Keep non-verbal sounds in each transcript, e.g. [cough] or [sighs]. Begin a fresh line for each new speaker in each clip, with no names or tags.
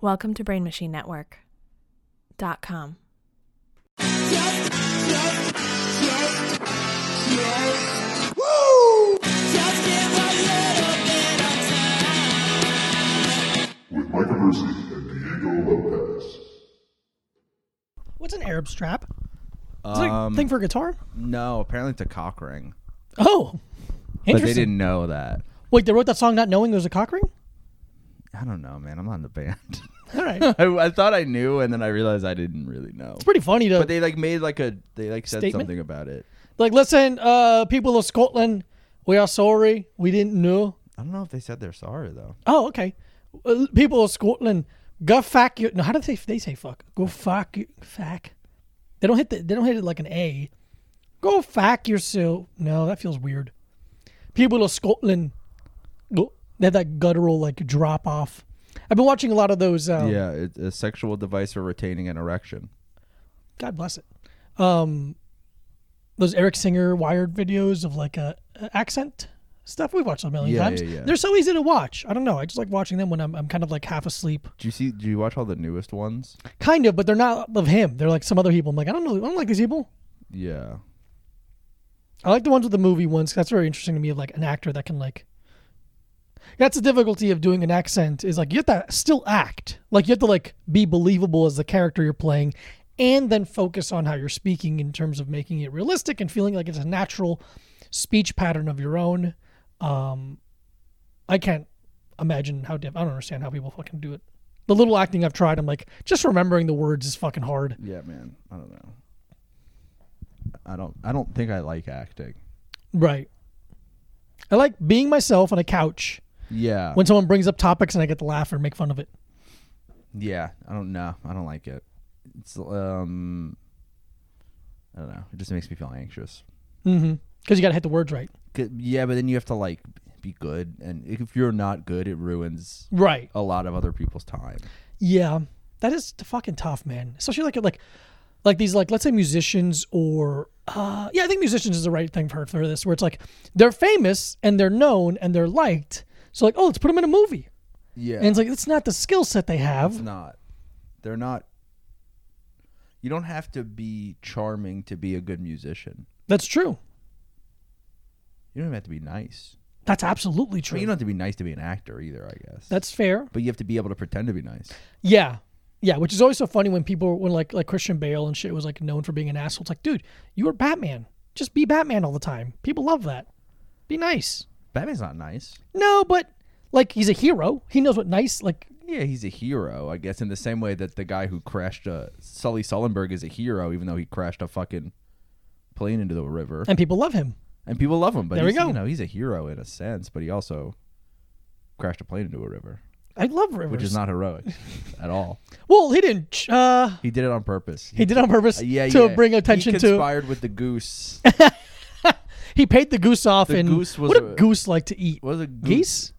Welcome to Brain Machine Network. dot com.
with Micah Mercy and Diego Lopez.
What's an Arab strap? Is that
Um,
a thing for a guitar?
No, apparently it's a cock ring.
Oh,
But they
interesting.
didn't know that.
Wait, they wrote that song not knowing there was a cock ring?
I don't know, man. I'm not in a band. [laughs]
All right. It's
I, I thought I knew, and then I realized I didn't really know.
pretty funny to
But they like made like a they like said
Statement?
something about it.
like. Listen, uh, people of Scotland, we are sorry. We didn't know.
I don't know if they said they're sorry though.
Oh, okay. Uh, people of Scotland, go fuck you. No, how do they they say fuck? Go fuck you. Fuck. They don't hit the, They don't hit it like an A. Go fuck yourself. No, that feels weird. People of Scotland, go. They have that guttural like drop off. I've been watching a lot of those. Um,
Yeah, it's a sexual device for retaining an erection.
God bless it. Um, those Eric Singer Wired videos of like a, a accent stuff we've watched a million
Yeah,
times.
yeah, yeah.
They're so easy to watch. I don't know. I just like watching them when I'm, I'm kind of like half asleep,
Do you see? Do you watch all the newest ones?
kind of. But they're not of him. They're like some other people. I'm like I don't know. I don't like these people.
Yeah,
I like the ones with the movie ones. 'cause That's very interesting to me. Of like an actor that can like. That's the difficulty of doing an accent is like you have to still act. Like you have to like be believable as the character you're playing, and then focus on how you're speaking in terms of making it realistic and feeling like it's a natural speech pattern of your own. Um, I can't imagine how diff- I don't understand how people fucking do it. The little acting I've tried, I'm like just remembering the words is fucking hard.
yeah, man. I don't know. I don't. I don't think I like acting.
Right. I like being myself on a couch.
Yeah.
when someone brings up topics and I get to laugh or make fun of it.
Yeah, I don't know. I don't like it. It's um, I don't know. It just makes me feel anxious.
Mm-hmm. Because you got to hit the words right.
'Cause- Yeah, but then you have to like be good, and if you're not good, it ruins
Right.
a lot of other people's time.
Yeah. That is t- fucking tough, man. Especially like like like these like let's say musicians or uh yeah, I think musicians is the right thing for for this where it's like they're famous and they're known and they're liked. So like, oh, let's put them in a movie.
Yeah,
And it's like it's not the skill set they
it's
have.
not. They're not. You don't have to be charming to be a good musician.
That's true.
You don't even have to be nice.
That's absolutely
But
true.
you don't have to be nice to be an actor either, I guess.
That's fair.
but you have to be able to pretend to be nice.
Yeah. Yeah, which is always so funny when people when like like Christian Bale and shit was like known for being an asshole. It's like, dude, you are Batman. Just be Batman all the time. People love that. Be nice.
Batman's not nice.
No, but like he's a hero. He knows what nice like
Yeah, he's a hero, I guess, in the same way that the guy who crashed uh, Sully Sullenberg is a hero, even though he crashed a fucking plane into the river.
and people love him.
And people love him, but
There we
he's-
go.
you know, he's a hero in a sense, but he also crashed a plane into a river,
I love rivers.
which is not heroic
[laughs]
at all.
Well, he didn't ch- uh
He did it on purpose.
he did on purpose
Uh, yeah,
to
yeah.
bring attention
he
to
conspired with
[laughs]
the goose.
he paid the goose off
The
and
goose was
what do
a-
goose like to eat?
What is a goose?
Geese?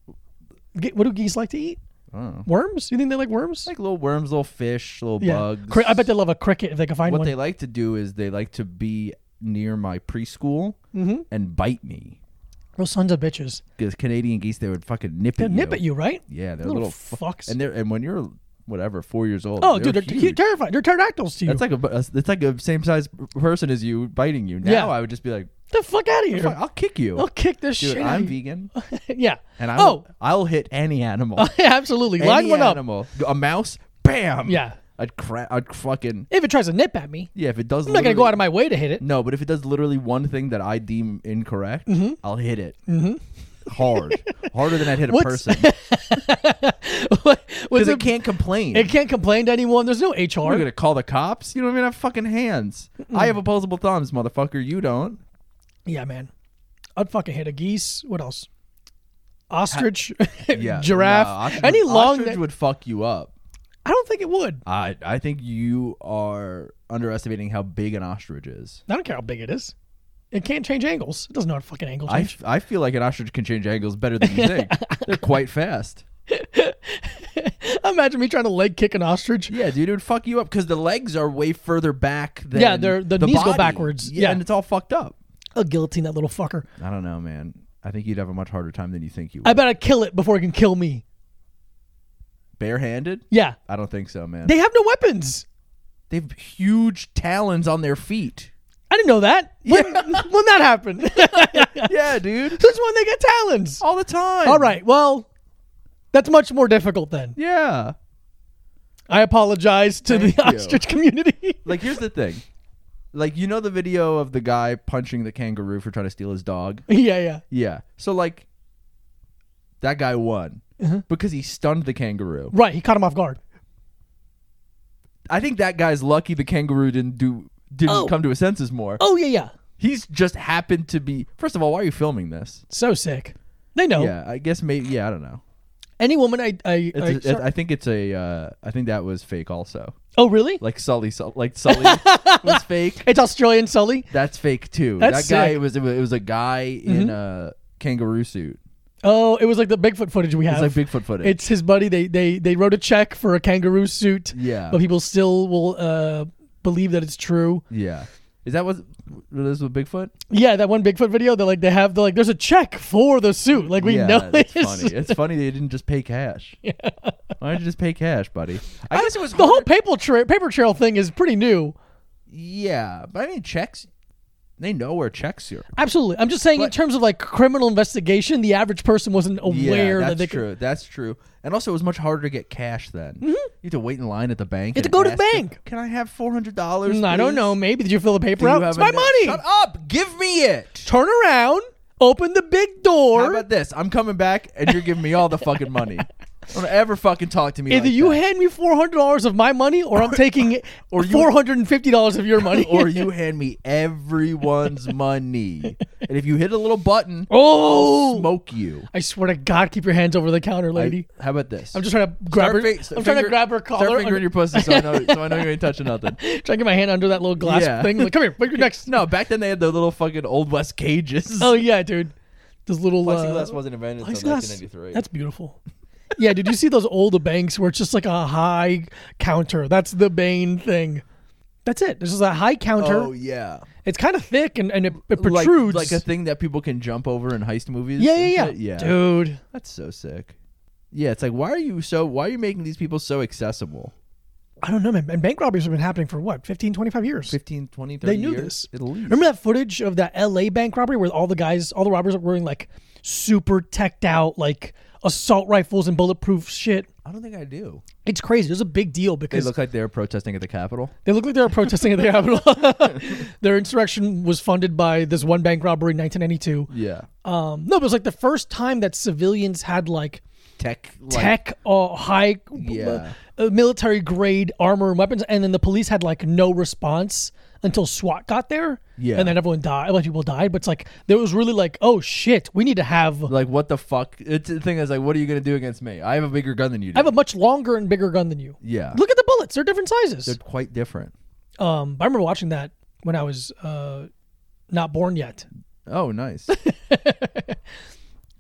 Ge- what do geese like to eat?
I don't know.
Worms? You think they like worms?
Like little worms, little fish, little bugs.
Cri- I bet they love a cricket if they can find
what
one.
they like to do is they like to be near my preschool
Mm-hmm.
and bite me.
Those sons of bitches.
Because Canadian geese, they would fucking nip
They'll
at
nip
you.
at you, right?
Yeah, they're
Little
little, fu-
fucks.
and they're and when you're whatever four years old.
Oh, dude, they're
huge.
terrified. They're pterodactyls to you.
That's like a bu- that's like a same size person as you biting you. Now
Yeah.
I would just be like,
Get the fuck out of here.
"Fuck, I'll kick you.
I'll kick this
dude,
shit. out
I'm
of you.
vegan,
[laughs] yeah.
and I
oh, [laughs]
will, I'll hit any animal.
yeah, absolutely.
any
Line one up.
animal. A mouse, bam.
Yeah.
I'd cra- I'd fucking
If it tries to nip at me,
yeah. If it does,
I'm not gonna go out of my way to hit [laughs] it.
No, but if it does literally one thing that I deem incorrect,
Mm-hmm.
I'll hit it
[laughs]
hard, harder than I'd hit a
What's-
person because
Because
it can't complain.
It can't complain to anyone. There's no HR.
We're gonna call the cops. You know what I mean? I have fucking hands. I have opposable thumbs, motherfucker. You don't.
yeah, man. I'd fucking hit a geese. What else?
[laughs]
Ostrich, [laughs] giraffe,
no, ostrich
any
would-
long.
ostrich
neck-
would fuck you up.
I don't think it would.
I I think you are underestimating how big an ostrich is.
I don't care how big it is. It can't change angles. It doesn't know how to fucking angle
I,
change.
f- I feel like an ostrich can change angles better than you
[laughs]
think. They're quite fast.
Imagine me trying to leg kick an ostrich.
Yeah, dude, it would fuck you up because the legs are way further back than
Yeah, they're- the knees go
body.
backwards. Yeah.
and it's all fucked up.
I'll guillotine that little fucker.
I don't know, man. I think you'd have a much harder time than you think you would.
I bet I kill it before it can kill me.
barehanded?
Yeah.
I don't think so, man.
They have no weapons.
They have huge talons on their feet.
I didn't know that. When, [laughs] when that happened. That's [laughs]
[laughs] Yeah, dude.
when they get talons.
All the time.
All right. Well, that's much more difficult then.
Yeah.
I apologize to
Thank
the
you.
ostrich community. [laughs]
Like here's the thing. Like you know the video of the guy punching the kangaroo for trying to steal his dog?
yeah, yeah.
Yeah. So like that guy won
Uh-huh.
because he stunned the kangaroo.
Right. He caught him off guard.
I think that guy's lucky the kangaroo didn't do didn't
Oh.
come to his senses more.
Oh, yeah, yeah.
He's just happened to be First of all, why are you filming this?
So sick. They know.
Yeah, I guess maybe yeah, I don't know.
Any woman I. I, I
It's a- it- I think it's a uh, I think that was fake also.
oh, really?
Like Sully Sul-
[laughs]
like Sully was fake.
It's Australian Sully.
That's fake too.
That's
that guy
sick. Mm-hmm.
was it was a guy in a kangaroo suit.
Oh, it was like the Bigfoot footage we
It's
have.
like Bigfoot footage.
It's his buddy. They they they wrote a check for a kangaroo suit.
Yeah.
but people still will uh, believe that it's true.
yeah. Is that what what is with Bigfoot?
Yeah, that one Bigfoot video. They like they have the like. There's a check for the suit. Like we
yeah,
know
it's
this.
funny. It's funny they didn't just pay cash. Why didn't you just pay cash, buddy? I guess it was
[laughs] The whole
hard-
paper trail paper trail thing is pretty new.
Yeah, but I mean checks. They know where checks are.
Absolutely. I'm just saying in
But-
terms of like criminal investigation, the average person wasn't aware
yeah, that's
that they
true.
could. Mm-hmm.
That's true. And also, it was much harder to get cash then. You had to wait in line at the bank.
had to
and
go to the
ask them,
bank.
Can I have four hundred dollars?
Mm, I don't know. Maybe did you fill the paper out? It's my money.
Shut up! Give me it.
Turn around. Open the big
How
door.
about this? I'm coming back, and you're giving me all the
[laughs]
fucking money. Don't ever fucking talk to me.
Either
like
you
that.
hand me four hundred dollars of my money, or I'm taking
[laughs] or you-
four hundred and fifty dollars of
[laughs]
your money. [laughs]
or you hand me everyone's money, and if you hit a little button,
oh,
smoke you.
I swear to God, keep your hands over the counter, lady.
How about this?
I, am just trying to grab her.
fi-
I'm trying to
finger-
grab her
start
collar.
fingering
under-
your pussy, so I know, so I know you ain't touching
[laughs]
nothing.
trying to get my hand under that little glass
Yeah.
thing. Like, come here,
[laughs]
put your next.
No, back then they had the little fucking old west cages.
[laughs] Oh yeah, dude. Those little
plexiglass
uh,
wasn't invented until
plexiglass.
1993.
That's beautiful. yeah, did you see those old banks where it's just like a high counter? That's the main thing. That's it. This is a high counter.
oh yeah,
It's kind of thick and, and it, it
Like-
protrudes.
like, a thing that people can jump over in heist movies.
yeah,
and
yeah, yeah,
shit? yeah.
Dude,
That's so sick. Yeah, it's like why are you so why are you making these people so accessible?
I don't know, man. And bank robberies have been happening for what, 15, 25 years?
15, 20, 30
They knew
years?
this.
At least.
Remember that footage of that LA bank robbery where all the guys, all the robbers were wearing like super teched out, like assault rifles and bulletproof shit.
I don't think I do.
It's crazy. It was a big deal
They
because
look like they're protesting at the Capitol.
They look like they were protesting at the Capitol. [laughs] Their insurrection was funded by this one bank robbery in 1992.
Yeah.
Um, no, but it was like the first time that civilians had like
Tech like,
tech or high
Yeah.
uh, military grade armor and weapons, and then the police had like no response until SWAT got there.
Yeah.
and then everyone died. A bunch of people died, but it's like there was really like, oh shit, we need to have.
like what the fuck? It's the thing is like what are you gonna do against me? I have a bigger gun than you do.
I have a much longer and bigger gun than you.
Yeah.
Look at the bullets; they're different sizes.
They're quite different.
um, but I remember watching that when I was uh, not born yet.
Oh,
[laughs]
nice.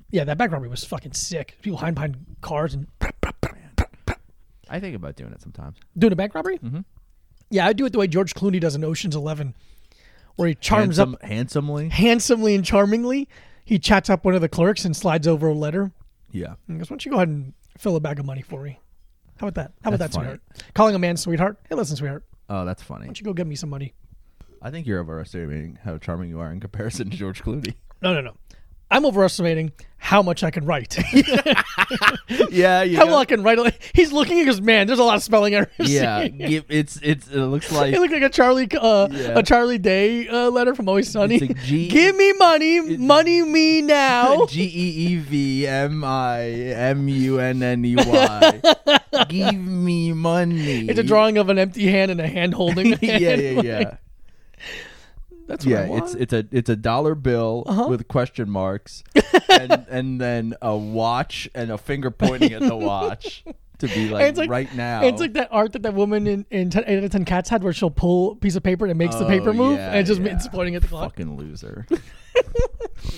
Yeah, that bank robbery was fucking sick. People hiding behind cars and [laughs]
I think about doing it sometimes.
doing a bank robbery. Mm-hmm. Yeah, I do it the way George Clooney does in Ocean's Eleven, where he charms
Handsome,
up
handsomely.
handsomely and charmingly. He chats up one of the clerks and slides over a letter.
Yeah.
And goes, "Why don't you go ahead and fill a bag of money for me? How about that? How about
That's
that,
funny.
sweetheart? Calling a man sweetheart. Hey, listen, sweetheart. Why
Oh, that's funny.
don't you go get me some money?
I think you're overestimating how charming you are in comparison to
[laughs]
George Clooney.
No, no, no. I'm overestimating how much I can write. [laughs]
[laughs] yeah, you
how
got-
well I [laughs] can write. He's looking. He goes, "Man, there's a lot of spelling errors." [laughs]
Yeah, give, it's it's it looks like
It looked like a Charlie uh,
Yeah.
a Charlie Day uh, letter from Always Sunny.
It's a
[laughs]
G-
Give me money, money me now.
[laughs] G E E V M I M U N N
[laughs]
E Y. Give me money.
It's a drawing of an empty hand and a hand holding. the
[laughs] yeah,
hand.
yeah,
Like,
yeah.
[laughs] That's what I
Yeah,
want.
it's it's a it's a dollar bill
Uh-huh.
with question
[laughs]
marks, and and then a watch and a finger pointing at the watch to be
[laughs] And
like, right now.
and It's like that art that that woman in, in 10, 8 out of 10 Cats had where she'll pull a piece of paper and it makes the
Oh,
paper move
yeah,
and it's just
yeah.
it's pointing at the clock.
fucking loser.
[laughs]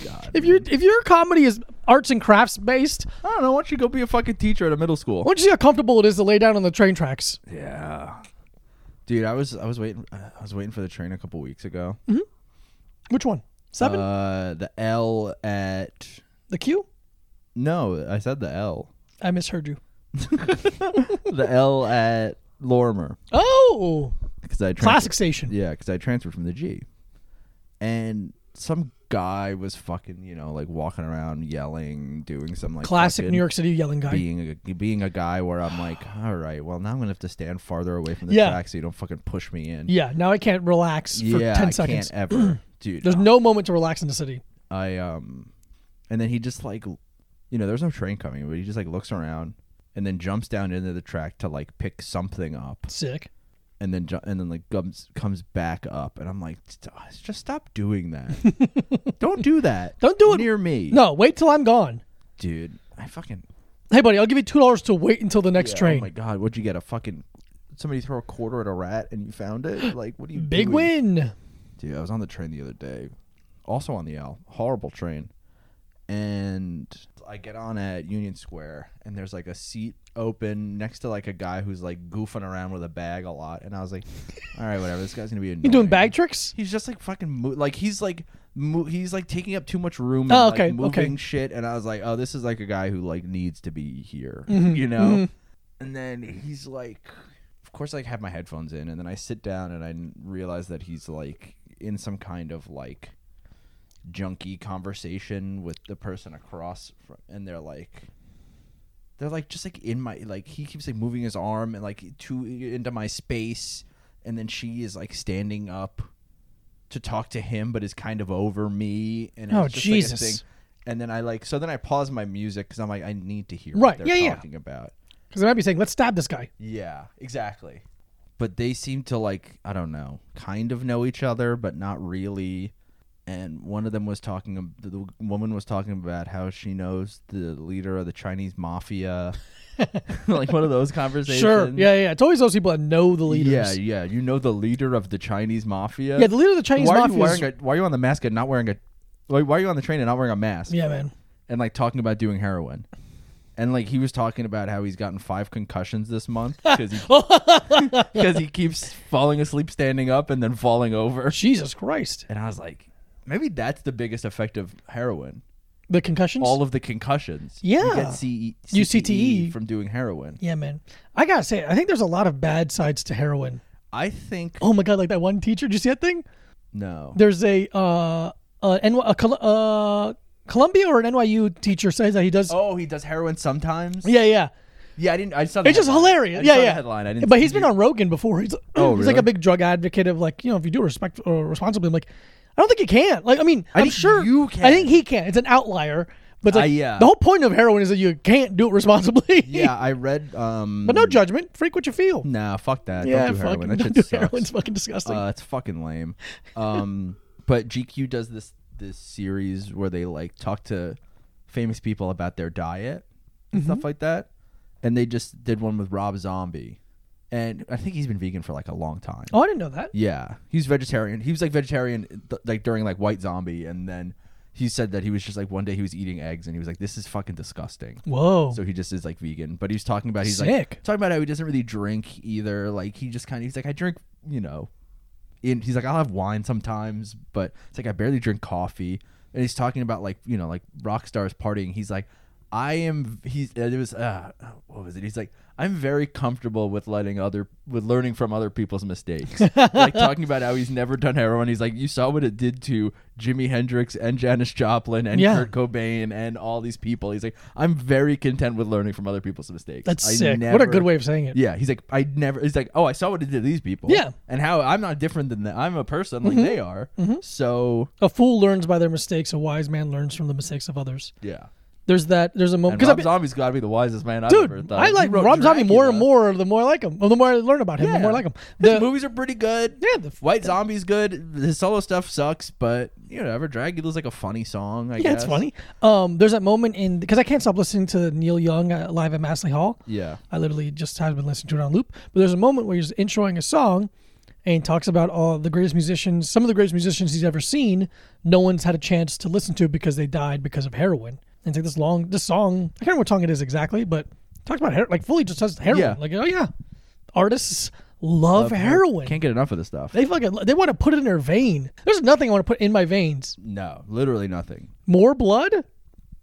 God,
If, you if your comedy is arts and crafts based,
I don't know. Why don't you go be a fucking teacher at a middle school?
why don't you see how comfortable it is to lay down on the train tracks?
Yeah, dude, I was I was waiting uh, I was waiting for the train a couple weeks ago.
Which one? Mm-hmm. Seven?
Uh, the L at
the Q?
no, I said the L.
I misheard you.
the L at Lorimer
Oh,
because I trans-
classic station.
Yeah, because I transferred from the G, and some guy was fucking you know like walking around yelling, doing some like
Classic
fucking
New York City yelling guy.
Being a, being a guy where I'm
[sighs]
like, all right, well now I'm gonna have to stand farther away from the
Yeah.
track so you don't fucking push me in.
Yeah, now I can't relax for
yeah,
10
I
seconds. [clears throat]
can't ever, dude.
There's no moment to relax in the city.
I um, and then he just like, you know, there's no train coming, but he just like looks around and then jumps down into the track to like pick something up,
Sick.
and then ju- and then like comes comes back up, and I'm like, "St- uh, just stop doing that.
[laughs]
Don't do that.
Don't do it.
near me.
No, wait till I'm gone.
dude. I fucking
Hey, buddy, I'll give you $2 to wait until the next
Yeah,
train.
Oh my god, what'd you get? A fucking somebody throw a quarter at a rat and you found it? Like what do you
Big
doing?
win.
Dude, I was on the train the other day. Also on the L. Horrible train. And I get on at Union Square and there's like a seat open next to like a guy who's like goofing around with a bag a lot. And I was like, all right, whatever. This guy's gonna be
[laughs]
annoying.
You doing bag tricks?
He's just like fucking mo- like he's like mo- he's like taking up too much room and
Oh,
like,
okay,
moving
okay.
shit and I was like, "Oh, this is like a guy who like needs to be here."
Mm-hmm,
You know? And then he's like of course I have my headphones in and then I sit down and I n- realize that he's like in some kind of like junky conversation with the person across from, and they're like they're like just like in my like he keeps like moving his arm and like to into my space and then she is like standing up to talk to him but is kind of over me and
Oh,
it's just,
Jesus.
like, a thing. and then i like so then i pause my music because i'm like i need to hear
Right,
what
yeah,
they're
yeah.
talking about
Because they might be saying, let's stab this guy.
yeah exactly but they seem to like i don't know kind of know each other but not really and one of them was talking the woman was talking about how she knows the leader of the chinese
[laughs]
mafia like one of those conversations
Sure. Yeah, yeah. It's always those people that know the leaders.
Yeah, yeah. You know the leader of the Chinese mafia.
Yeah, the leader of the Chinese
why are
mafia
You
is-
wearing a, why are you on the mask and not wearing a? Why, why are you on the train and not wearing a mask?
Yeah, man.
And like talking about doing heroin, and like he was talking about how he's gotten five concussions
[laughs]
this month because he, 'cause he keeps falling asleep standing up and then falling over.
Jesus Christ.
And I was like, maybe that's the biggest effect of heroin.
The concussions?
All of the concussions. You
Yeah.
get E CE,
UCTE.
from doing heroin.
yeah, man. I got to say, I think there's a lot of bad sides to heroin.
I think
Oh, my God. Like that one teacher. Did you see that thing?
no.
there's a uh, uh, NY, a Col- uh, Columbia or an NYU teacher says that he does.
Oh, he does heroin sometimes.
Yeah, yeah.
Yeah, I didn't. I saw. The
It's just
headline.
hilarious.
I
Yeah,
saw the
yeah.
headline. I didn't.
but he's been on Rogan before. He's [clears throat]
Oh,
he's like
really?
a big drug advocate of like you know if you do it respect or responsibly. I'm like I don't think you can. Like I mean
I
I'm
think
sure
you
I
can.
think he can. It's an outlier. But it's
Uh,
like,
yeah.
the whole point of heroin is that you can't do it responsibly.
Yeah, I read.
[laughs]
Um,
but no judgment. Freak what you feel.
Nah, fuck that.
yeah,
don't do heroin.
fucking
That
don't
shit
do
sucks.
heroin's fucking disgusting.
Uh, it's fucking lame. Um, but GQ does this this series where they like talk to famous people about their diet and
Mm-hmm.
stuff like that, and they just did one with Rob Zombie, and I think he's been vegan for like a long time.
oh, I didn't know that.
Yeah, he's vegetarian. He was like vegetarian th- like during like White Zombie, and then he said that he was just like one day he was eating eggs and he was like, "This is fucking disgusting."
Whoa.
So he just is like vegan, but he's talking about he's
Sick.
like talking about how he doesn't really drink either. Like he just kind of he's like I drink, you know, in he's like I'll have wine sometimes, but it's like I barely drink coffee. And he's talking about like you know like rock stars partying. He's like I am he's and it was uh, what was it? He's like I'm very comfortable with letting other with learning from other people's
[laughs]
mistakes. like talking about how he's never done heroin. He's like you saw what it did to Jimi Hendrix and Janis Joplin and
Yeah.
Kurt Cobain and all these people. He's like, I'm very content with learning from other people's mistakes.
That's
I
sick. what a
never-
good way of saying it.
Yeah, he's like, I never. He's like, oh, I saw what it did to these people.
Yeah. Mm-hmm.
and how I'm not different than them. I'm a person like they are. So
A fool learns by their mistakes. A wise man learns from the mistakes of others.
yeah,
There's that. There's a moment
and
because
Rob
I've been,
Zombie's got to be the wisest man I've ever
dude,
thought.
I
He
like
wrote
Rob Zombie more and
Dracula.
more. The more I like him, or the more I learn about him, the
Yeah.
more I like him.
His
The,
movies are pretty good.
Yeah, the-
White Zombie's good. His solo stuff sucks, but you know, ever Dracula's like a funny song. I
yeah,
guess.
it's funny. Um, there's that moment in because I can't stop listening to Neil Young uh, live at Masley Hall.
Yeah.
I literally just have been listening to it on loop. But there's a moment where he's introing a song and he talks about all the greatest musicians, some of the greatest musicians he's ever seen. No one's had a chance to listen to because they died because of heroin. And it's like this long, this song, I can't remember what song it is exactly, but it talks about heroin, like fully just says heroin.
Yeah.
Like, oh yeah, artists love, heroin.
Can't get enough of this stuff.
they fucking they want to put it in their vein. There's nothing I want to put in my veins.
No, literally nothing.
More blood?
Uh,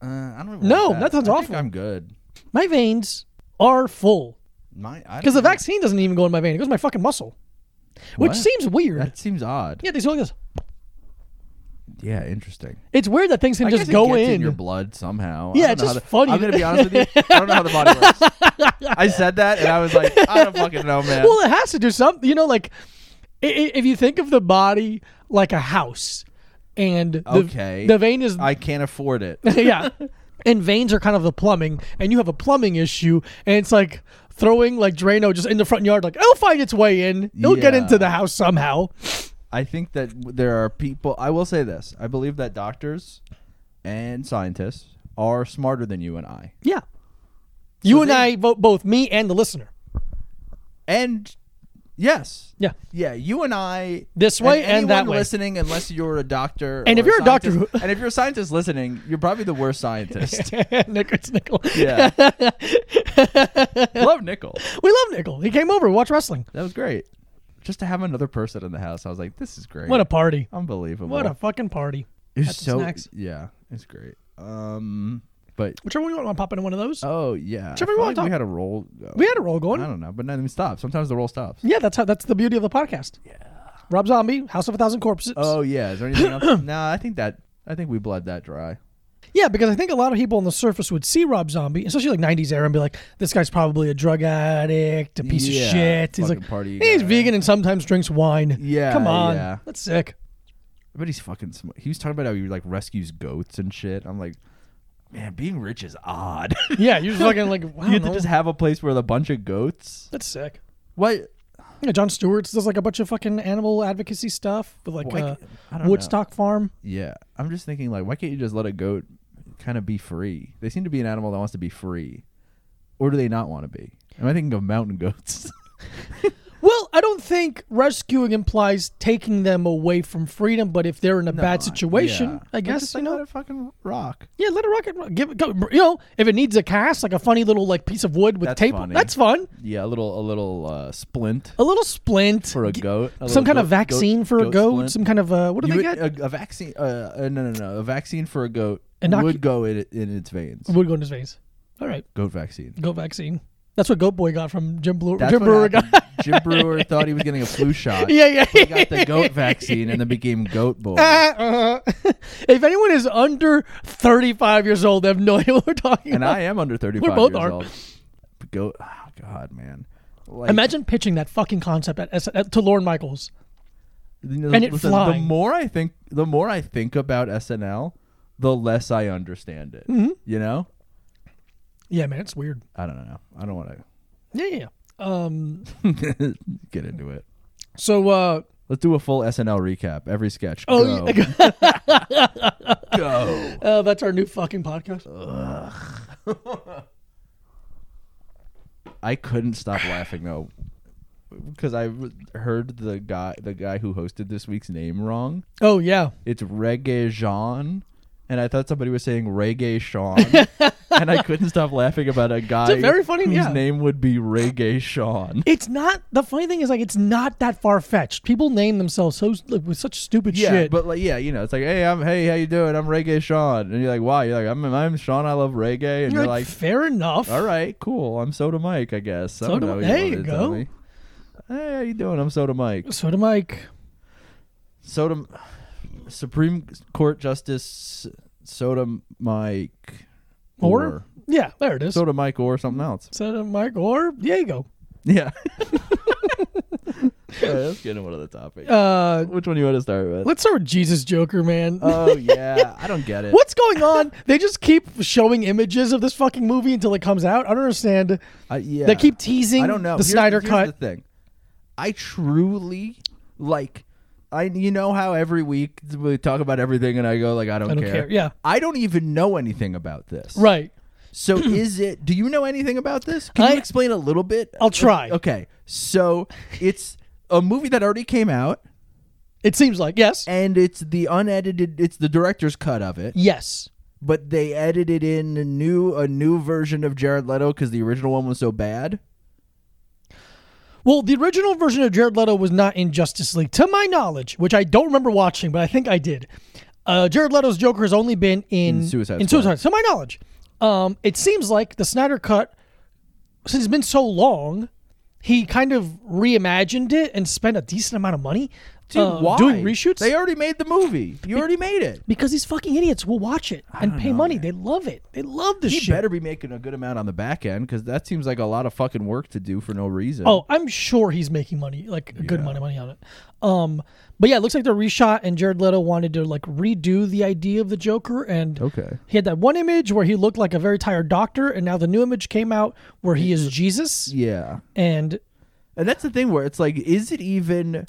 I don't even
No,
want
that sounds
I
awful.
Think I'm good.
My veins are full
My
because the vaccine doesn't even go in my vein; it goes in my fucking muscle, which
Mm. What?
seems weird.
That seems odd.
yeah, they still this.
Yeah, interesting.
It's weird that things can
I
just
guess it
go
gets
in.
in. your blood somehow.
Yeah,
I
it's
don't know how
just
the-
funny.
I'm gonna be honest with you. I don't know how the body works.
[laughs]
I said that and I was like, I don't fucking know, man.
Well, it has to do something. You know, like i- i- if you think of the body like a house, and the,
Okay.
the vein is
I can't afford it.
[laughs] yeah, and veins are kind of the plumbing, and you have a plumbing issue, and it's like throwing like Drano just in the front yard, like it'll find its way in, it'll get
Yeah.
into the house somehow.
I think that w- there are people. I will say this. I believe that doctors and scientists are smarter than you and I,
Yeah, you and I vote both me and the listener.
and yes,
Yeah,
Yeah, you and I
This way and that
anyone
way.
listening, unless you're a doctor,
And
or
if you're a doctor
scientist-
who-
and if you're a scientist listening, you're probably the
[laughs]
worst scientist.
Nickel's Nickel.
yeah, love Nickel.
[laughs] We love Nickel. He came over, we watched wrestling.
That was great. Just to have another person in the house, I was like, this is great.
What a party!
unbelievable.
What a fucking party!
it's so
snacks.
yeah, it's great. Um, but
Whichever one you want, want to pop into one of those.
oh yeah, I
Trevor, you
feel
wanna
like we
talk-
had a roll. uh,
we had a roll going.
I don't know, but nothing stops. Sometimes the roll stops.
Yeah, that's how. That's the beauty of the podcast. Yeah. Rob Zombie, House of a Thousand Corpses.
Oh yeah, is there
[clears throat]
anything else? No, I think that I think we bled that dry.
yeah, because I think a lot of people on the surface would see Rob Zombie, especially like '90s era, and be like, "This guy's probably a drug addict, a piece
Yeah,
of shit." He's
fucking
like,
party
"He's
guy."
vegan and sometimes drinks wine."
Yeah,
come on,
yeah.
that's sick.
I bet he's fucking. Sm- he was talking about how he like rescues goats and shit. I'm like, man, being rich is odd. [laughs] you
Yeah, you're just fucking
[laughs]
like, wow,
have to just have a place with a bunch of goats.
that's sick.
What?
Yeah, John Stewart does like a bunch of fucking animal advocacy stuff, but like
Why
uh,
can't- I don't know.
Woodstock Farm.
Yeah, I'm just thinking like, why can't you just let a goat kind of be free? They seem to be an animal that wants to be free, or do they not want to be? Am I thinking of mountain goats? [laughs]
Well, I don't think rescuing implies taking them away from freedom, but if they're in a bad situation,
Yeah.
I
Like,
guess
just,
you
like,
know.
let it fucking rock.
Yeah, let it rock and roll. give it go. You know, if it needs a cast, like a funny little like piece of wood with
That's
tape,
funny.
that's fun.
Yeah, a little a little uh, splint
A little splint
for a
G-
goat. a
some
little
kind
goat-
of vaccine for a goat.
splint.
Some kind of uh, what do
You
they
would-
get?
A, a vaccine? Uh, uh, no, no, no. A vaccine for a goat
Inocu-
would go in, in its veins.
wood go in his veins. All right,
Goat vaccine.
goat vaccine. That's what Goat Boy got from Jim, Blue-
That's
Jim
what
Brewer. Got. [laughs]
happened. Jim Brewer thought he was getting a flu shot.
yeah, yeah.
He got the goat vaccine and then became goat
[laughs]
boy.
Uh, uh. if anyone is under thirty-five years old, they have no [laughs] idea what [laughs] we're talking
and
about.
I am under thirty-five
both
years
are.
old. But goat. Oh God, man. Like,
Imagine pitching that fucking concept at, S at, to Lauren Michaels.
you know,
and it
listen, The
flying.
more I think, the more I think about SNL, the less I understand it.
Mm-hmm.
You know.
Yeah, man, it's weird.
I don't know. I don't want
Yeah, yeah. yeah. Um.
to [laughs] get into it.
So, uh,
Let's do a full SNL recap. Every sketch.
Oh,
go.
[laughs]
go.
uh, that's our new fucking podcast.
Uh. I couldn't stop laughing though, because I w- heard the guy the guy who hosted this week's name wrong.
Oh yeah.
It's Reggae Jean, and I thought somebody was saying
[laughs]
Reggae Sean, and I couldn't stop laughing about a guy
very funny-
whose
yeah.
name would be Reggae Sean.
It's not the funny thing is like it's not that far fetched. People name themselves so like, with such stupid
Yeah,
shit.
but like, yeah, you know, it's like, hey, I'm, hey, how you doing? I'm Reggae Sean, and you're like, why? You're like, I'm, I'm Sean. I love reggae, and
you're,
you're,
like,
like
fair enough.
All right, cool. I'm Soda Mike, I guess. I don't
Soda-
know what
there
wanted
you
to tell
go.
me. Hey, how you doing? I'm Soda Mike.
So to Mike.
Soda, Supreme Court Justice Soda Mike,
Or, yeah, there it is. So,
Soda Mike or something else.
to Mike or Diego.
[laughs] Yeah. All right, let's get into one of the topics.
Uh,
Which one do you want to
[laughs]
start with?
let's start with Jesus Joker, man.
Oh yeah, I don't get it.
What's going
[laughs]
on? they just keep showing images of this fucking movie until it comes out. I don't understand.
I- Uh, yeah.
They keep teasing
I don't know.
the
Here's-
Snyder
here's
cut.
The thing, I truly like. I you know how every week we talk about everything and I go like I don't,
I don't care, yeah.
I don't even know anything about this.
right. [clears throat]
So is it? Do you know anything about this? Can
I-
you explain a little bit?
I'll try.
Okay. So it's a movie that already came out
It seems like yes.
and it's the unedited. It's the director's cut of it,
yes.
but they edited in a new a new version of Jared Leto because the original one was so bad.
Well, the original version of Jared Leto was not in Justice League, to my knowledge, which I don't remember watching, but I think I did. Uh, Jared Leto's Joker has only been in,
In Suicide
in
Squad.
Suicide, to my knowledge. Um, it seems like the Snyder Cut since it's been so long, he kind of reimagined it and spent a decent amount of money
Dude,
uh,
why?
doing reshoots.
They already made the movie. You already made it.
because these fucking idiots will watch it and
don't
pay
know,
money.
man.
They love it. They love this
He
shit.
better be making a good amount on the back end because that seems like a lot of fucking work to do for no reason.
Oh, I'm sure he's making money, like a good amount of money on it. Um, but yeah, it looks like they reshot, and Jared Leto wanted to like redo the idea of the Joker, and
Okay.
he had that one image where he looked like a very tired doctor, and now the new image came out where he is Jesus,
yeah.
and
And that's the thing where it's like, is it even?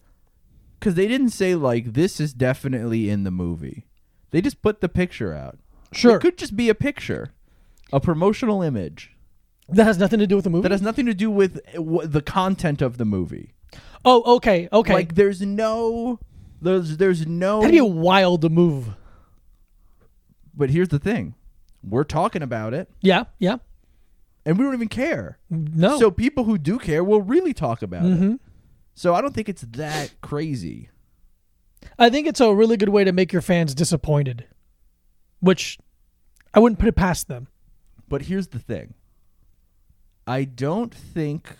Because they didn't say like this is definitely in the movie. They just put the picture out.
sure
It could just be a picture, a promotional image
that has nothing to do with the movie.
that has nothing to do with uh, wh- the content of the movie.
oh, okay, okay.
Like, there's no, there's there's no.
That'd be a wild move.
but here's the thing, we're talking about it,
Yeah, yeah.
and we don't even care.
No,
So people who do care will really talk about
Mm-hmm.
it. So I don't think it's that crazy.
I think it's a really good way to make your fans disappointed, which I wouldn't put it past them.
But here's the thing. I don't think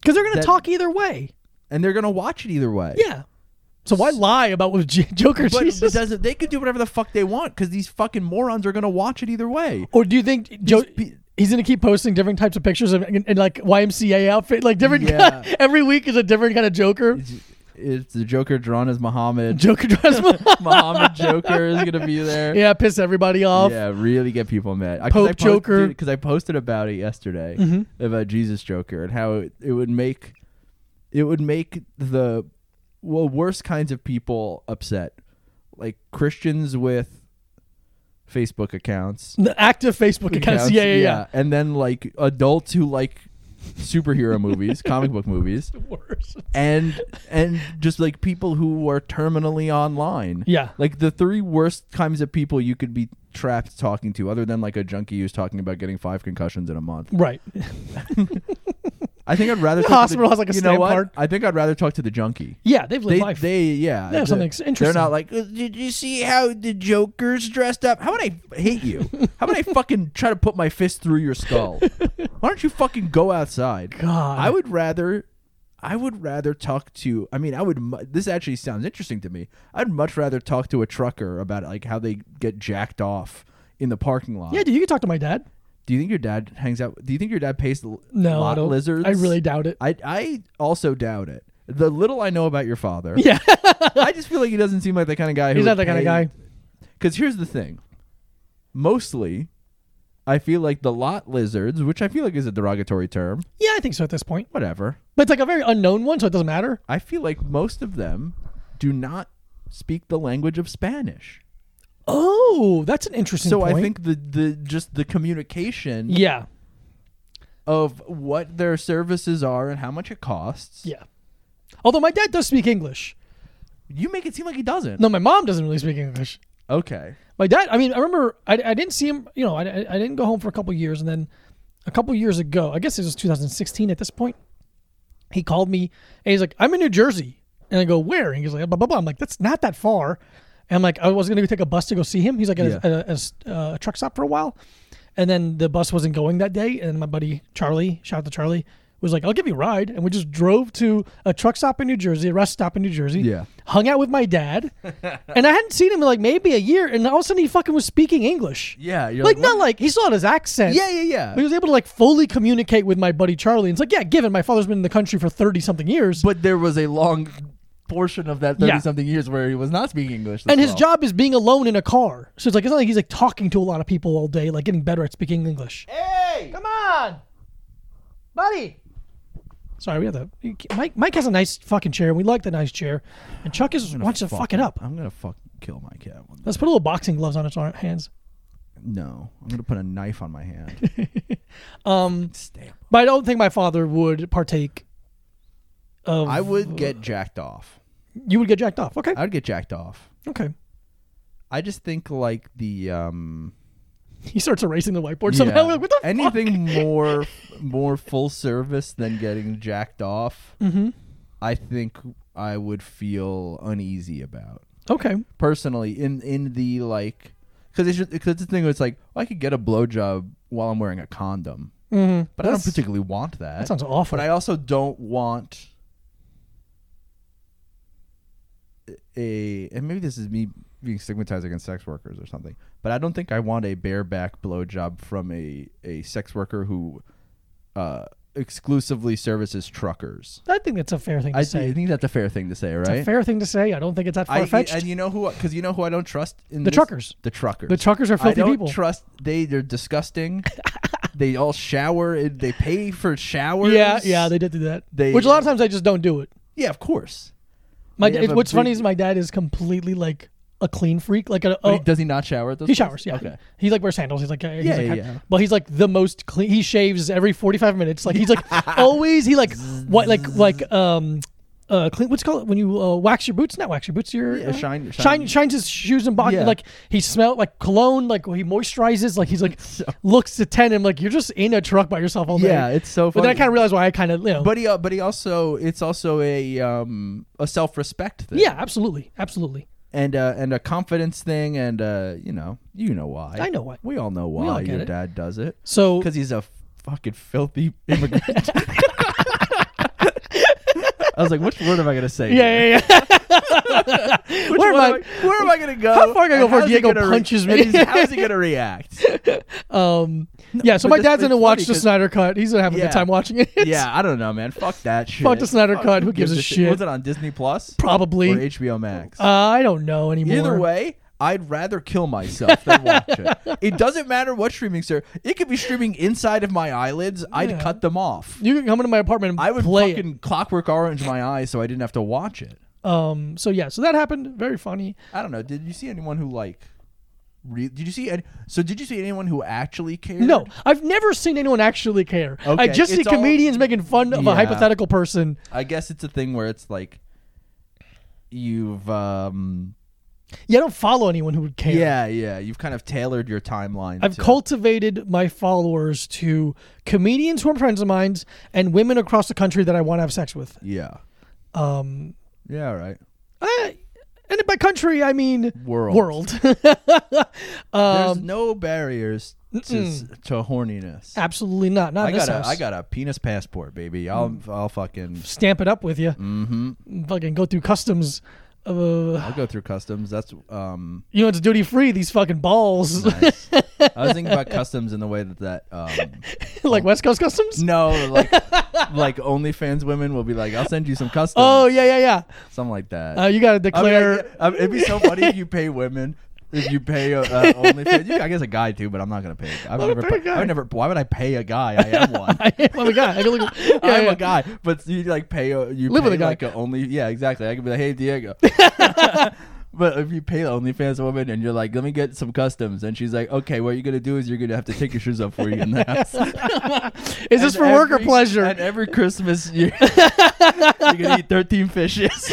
Because they're going to
That-
talk either way.
and they're gonna watch it either way.
Yeah. So why lie about what J- [laughs] Joker
But it
Jesus?
doesn't they could do whatever the fuck they want because these fucking morons are gonna watch it
[laughs]
either way.
or do you think Joe?
pe-
He's gonna keep posting different types of pictures of in, in, like YMCA outfit, like different.
Yeah.
[laughs] every week is a different kind of Joker.
It's the Joker drawn
[laughs]
as Muhammad.
Joker
[laughs]
dress.
Muhammad Joker is gonna be there.
yeah, piss everybody off.
Yeah, really get people mad. I- 'cause
Pope
I post-
Joker. Mm-hmm.
because I posted about it yesterday about Jesus Joker and how it, it would make it would make the well worst kinds of people upset, like Christians with Facebook accounts. [laughs]
The active Facebook Mm, accounts.
accounts,
Yeah, yeah, yeah.
and then like adults who like
[laughs]
superhero movies, comic book movies,
Worse.
and and just like people who are terminally online.
Yeah.
Like the three worst kinds of people you could be trapped talking to, other than like a junkie who's talking about getting five concussions in a month. [laughs]
Right.
I think I'd rather talk
Hospital
to the,
has, like, a
you know
stamp
what?
card.
I think I'd rather talk to the junkie.
Yeah, they've lived
They,
life.
they, yeah.
They have something
the-
interesting.
They're not like, "Uh, did you see how the Joker's dressed up? How would I hate you?
[laughs]
How would I fucking try to put my fist through your skull? Why don't you fucking go outside?
God.
I would rather, I would rather talk to. I mean, I would. mu- This actually sounds interesting to me. I'd much rather talk to a trucker about like how they get jacked off in the parking lot.
yeah, dude, you can talk to my dad.
Do you think your dad hangs out? Do you think your dad pays the l-
No, I
lot
don't.
lizards?
I really doubt it.
I I also doubt it. The little I know about your father,
[laughs] yeah,
I just feel like he doesn't seem like the kind of guy. Who
he's not that kind of guy.
Because here's the thing: mostly, I feel like the lot lizards, which I feel like is a derogatory term.
Yeah, I think so at this point.
Whatever.
But it's like a very unknown one, so it doesn't matter.
I feel like most of them do not speak the language of Spanish.
Oh, that's an interesting.
So I
point.
think the the just the communication
Yeah.
of what their services are and how much it costs.
Yeah. Although my dad does speak English.
You make it seem like he doesn't.
No, my mom doesn't really speak English.
Okay.
My dad, I mean, I remember I, I didn't see him, you know, I, I I didn't go home for a couple years. And then a couple years ago, I guess it was 2016 at this point, he called me and he's like, I'm in New Jersey. And I go, where? And he's like, blah, blah, blah. I'm like, that's not that far. And I'm like, I was going to take a bus to go see him. He's like, at a-
Yeah.
at a, at a, uh, a truck stop for a while. And then the bus wasn't going that day. And my buddy Charlie, shout out to Charlie, was like, I'll give you a ride. And we just drove to a truck stop in New Jersey, a rest stop in New Jersey.
Yeah.
Hung out with my
[laughs]
dad. and I hadn't seen him in like maybe a year. And all of a sudden he fucking was speaking English.
Yeah. You're
Like,
like,
not like he still had his accent.
Yeah, yeah, yeah.
But he was able to like fully communicate with my buddy Charlie. And it's like, yeah, given my father's been in the country for 30 something years.
But there was a long portion of that
Yeah.
30 something years where he was not speaking English. as
and his
well.
job is being alone in a car. So it's like, it's not like he's like talking to a lot of people all day, like getting better at speaking English.
Hey!
Come on, buddy. Sorry, we have the Mike. Mike has a nice fucking chair. and We like the nice chair, and Chuck is wants to fuck it up.
I'm going to fuck kill my cat. one day.
Let's put a little boxing gloves on its ar- hands.
No. I'm going to put a knife on my hand.
[laughs]
um, Stamp.
But I don't think my father would partake. Of
I would get jacked off.
you would get jacked off. Okay,
I would get jacked off.
okay.
I just think like the um
He starts erasing the whiteboard somehow.
yeah,
We're [laughs] like, what the fuck?
anything more more full service than getting jacked off.
Mm-hmm.
I think I would feel uneasy about.
Okay,
personally in in the like because it's because the thing where it's like well, I could get a blowjob while I'm wearing a condom.
Mm-hmm.
But I don't particularly want that.
That sounds awful.
But I also don't want a and maybe this is me being stigmatized against sex workers or something. But I don't think I want a bareback blowjob from a a sex worker who uh, exclusively services truckers.
I think that's a fair thing to
I,
say.
I think that's a fair thing to say,
it's a
right?
fair thing to say. I don't think it's that far
I,
fetched.
and you know who? Because you know who I don't trust in
The
this?
truckers.
The truckers.
The truckers are filthy
I don't
people.
Trust they? They're disgusting.
[laughs]
they all shower. and They pay for showers.
Yeah, yeah, they did do that.
They-
Which a lot of times I just don't do it.
yeah, of course.
My
They
da-
have
it,
a
what's funny
big-
is my dad is completely like a clean freak. Like a,
But
a
he, does he not shower at those?
Oh. he
places?
showers. Yeah,
Okay.
he like wears sandals. He's like, uh, he's
Yeah,
like
yeah, yeah.
but he's like the most clean. He shaves every forty five minutes. Like he's
[laughs]
like always. He like what like like um. Uh, clean. What's it called when you uh, wax your boots? Not wax your boots. Your
Yeah,
uh,
shine-
shine,
shine-
shines his shoes and body.
Yeah.
Like he smelled like cologne. Like he moisturizes. Like he's
[laughs]
like looks to ten. I'm like you're just in a truck by yourself all day.
Yeah, it's so
But then I
funny.
kind of realized why I kind of you know.
But he, uh, but he also, it's also a um a self respect thing.
yeah, absolutely, absolutely.
and uh, and a confidence thing, and uh, you know, you know why.
I know why.
We all know
all
why
get
your
it.
dad does it.
So
because he's a fucking filthy immigrant.
[laughs]
I was like, which word am I gonna say? here?
yeah, yeah, yeah.
[laughs] Which
Where am
one
I-
Where am I gonna go?
How far can I go
And
before
how's he
Diego
gonna re-
punches me?
and he's- [laughs] how's
[laughs]
he gonna react?
Um, yeah, so my
but
dad's
that's pretty
gonna watch
funny
the
'cause-
Snyder Cut. He's gonna have a
Yeah.
good time watching it. [laughs]
yeah, I don't know, man. Fuck that shit.
the Snyder Cut. Who gives a shit?
Was it on Disney Plus
[laughs] probably.
or HBO Max?
uh, I don't know anymore.
E Either way, I'd rather kill myself than
[laughs]
watch it. It doesn't matter what streaming sir. It could be streaming inside of my eyelids.
Yeah.
I'd cut them off.
you can come into my apartment. And
I would
play it.
fucking clockwork orange my eyes so I didn't have to watch it.
Um, so yeah, so that happened. Very funny.
I don't know. Did you see anyone who like? Re- did you see? Any- so did you see anyone who actually cared?
No, I've never seen anyone actually care. I
Okay,
just see
it's all-
comedians making fun of a
Yeah.
hypothetical person.
I guess it's a thing where it's like you've um
Yeah, I don't follow anyone who would care.
yeah yeah you've kind of tailored your timeline.
I've
to-
cultivated my followers to comedians who are friends of mine and women across the country that I want to have sex with.
yeah
Um,
yeah all right.
I, and by country, I mean
World.
World. [laughs]
There's
um,
no barriers to s- to horniness.
Absolutely not. Not
I
in Ah, this
got a
house. Mm.
I got a penis passport, baby. I'll I'll fucking
stamp it up with you. Mm-hmm. Fucking go through customs. Uh,
I'll go through customs. That's um
you know it's duty free. These fucking balls,
nice. I was thinking about customs in the way that that um
[laughs] like West Coast customs.
No, like [laughs] like OnlyFans women will be like, I'll send you some customs,
Oh yeah, yeah, yeah.
something like that.
Uh, you gotta
I mean,
declare.
I- I- it'd be so funny if you pay women. If you pay
[laughs]
uh, uh, OnlyFans, you, I guess a guy too, but I'm not gonna pay. a guy. I've never.
pay
pa-
a guy.
I've never. Why would I pay a guy? I
[laughs]
am one.
oh my god! I can look, yeah,
[laughs] I'm
yeah.
a guy, but you like pay. A, you
Live
pay
with a guy.
like a only. Yeah, exactly. I could be like,
[laughs]
hey Diego. [laughs] But if you pay the OnlyFans woman and you're like, let me get some customs, and she's like, okay, what you're gonna do is you're gonna have to take your shoes off for you in the
[laughs]
house.
Is this
And
for work or
every-
pleasure?
And e- every Christmas,
[laughs]
you [laughs] you're gonna eat thirteen fishes.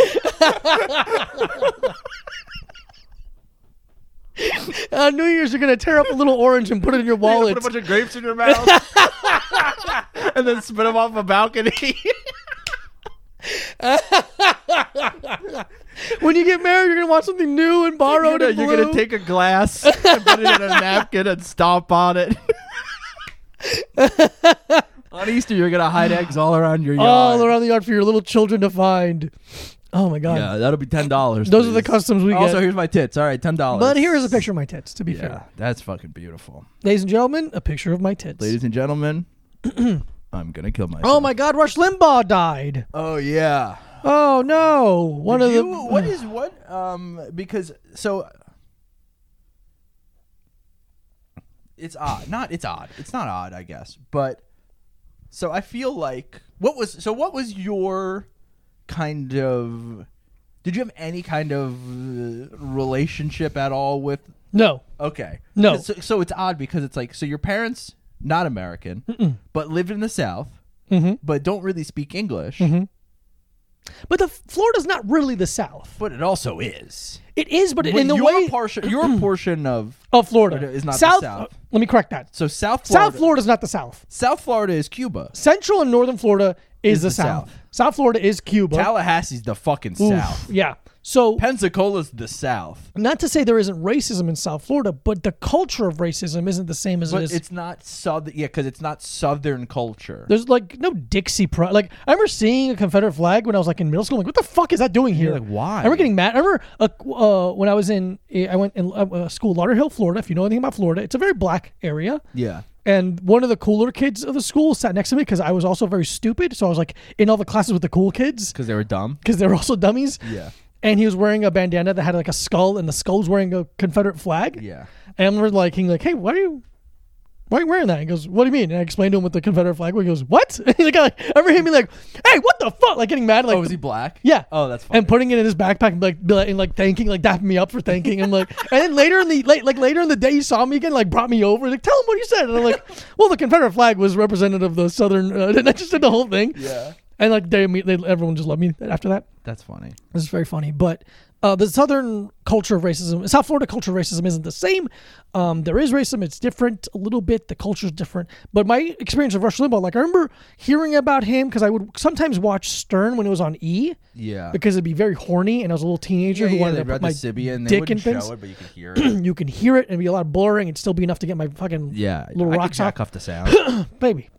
On Uh, New Year's, you're gonna tear up a little orange and put it in
[laughs]
your wallet.
[laughs] Put a bunch of grapes in
[laughs]
your mouth, and then spit them off
[laughs]
a balcony.
when you get married, you're gonna want something new and
you're,
borrowed.
gonna,
and
you're gonna
blue.
take
[laughs]
a glass and put it in a napkin and stomp on it. on Easter, you're gonna hide eggs all around your yard.
all around the yard for your little children to find. Oh my god!
Yeah, that'll be ten dollars.
Those are the customs we
Also,
get.
here's my tits. All right, ten dollars.
But here is a picture of my tits. To be
Yeah,
fair,
that's fucking beautiful,
ladies and gentlemen, a picture of my tits.
ladies
[clears throat]
and gentlemen. I'm gonna kill myself.
Oh my God, Rush Limbaugh died.
Oh yeah.
Oh no, one
Did
of
you,
the
what is what um because so it's odd not it's odd it's not odd i guess but so i feel like what was so what was your kind of did you have any kind of uh, relationship at all with
no.
okay
No.
so, so it's odd because it's like so your parents not american but lived in the south
Mhm.
but don't really speak english
Mm-hmm. But the Florida's not really the South.
but it also is
It is, but in
Well,
the
your
way [clears throat]
portion, your portion of
Oh, Florida
Florida is not the
South,
South.
Let me correct that.
So South Florida,
South Florida is not the South.
South Florida is Cuba.
Central and Northern Florida is, the, South. South Florida is Cuba.
Tallahassee's the fucking
Oof,
South.
Yeah. So
Pensacola's the South,
not to say there isn't racism in South Florida, but the culture of racism isn't the same as
but
it is.
it's not southern. Yeah, because it's not Southern culture.
There's like no Dixie pride. Like I remember seeing a Confederate flag when I was like in middle school. I'm like, what the fuck is that doing here?
like, why?
I remember getting mad. I remember uh, uh, when I was in, I went in uh, school, Lauderhill, Florida. If you know anything about Florida, it's a very black area.
yeah,
And one of the cooler kids of the school sat next to me because I was also very stupid. So I was like in all the classes with the cool kids
because they were dumb.
because they were also dummies.
Yeah.
And he was wearing a bandana that had like a skull, and the skull's wearing a Confederate flag.
Yeah.
And we're like, he's like, hey, why are you, why are you wearing that? He goes, what do you mean? And I explained to him what the Confederate flag. was. He goes, what? [laughs] And the guy, like, I remember him being like, hey, what the fuck? Like getting mad. Like,
Oh, was he black?
yeah.
Oh, that's funny.
And putting it in his backpack and like, be like- and like thanking, like dapping me up for thanking. I'm like, and then later in the late, like later in the day, he saw me again, like brought me over, like tell him what you said. And I'm like, [laughs] well, the Confederate flag was representative of the Southern. Uh, [laughs] and I just did the whole thing.
Yeah.
And like they, imme- they everyone just loved me after that.
That's funny.
This is very funny, but uh, the Southern culture of racism, South Florida culture of racism isn't the same. Um, there is racism; it's different a little bit. The culture's different. But my experience of Rush Limbaugh, like I remember hearing about him because I would sometimes watch Stern when it was on E,
Yeah.
because it'd be very horny, and I was a little teenager
yeah,
who
yeah,
wanted
they
to put
read
my
the Sibia and they
dick in
wouldn't
things.
show it, but you could hear
[clears throat]
it.
you can hear it and be a lot of blurring, and still be enough to get my fucking
yeah.
little
I
rock
could
sock
jack off the sound.
[clears throat] baby.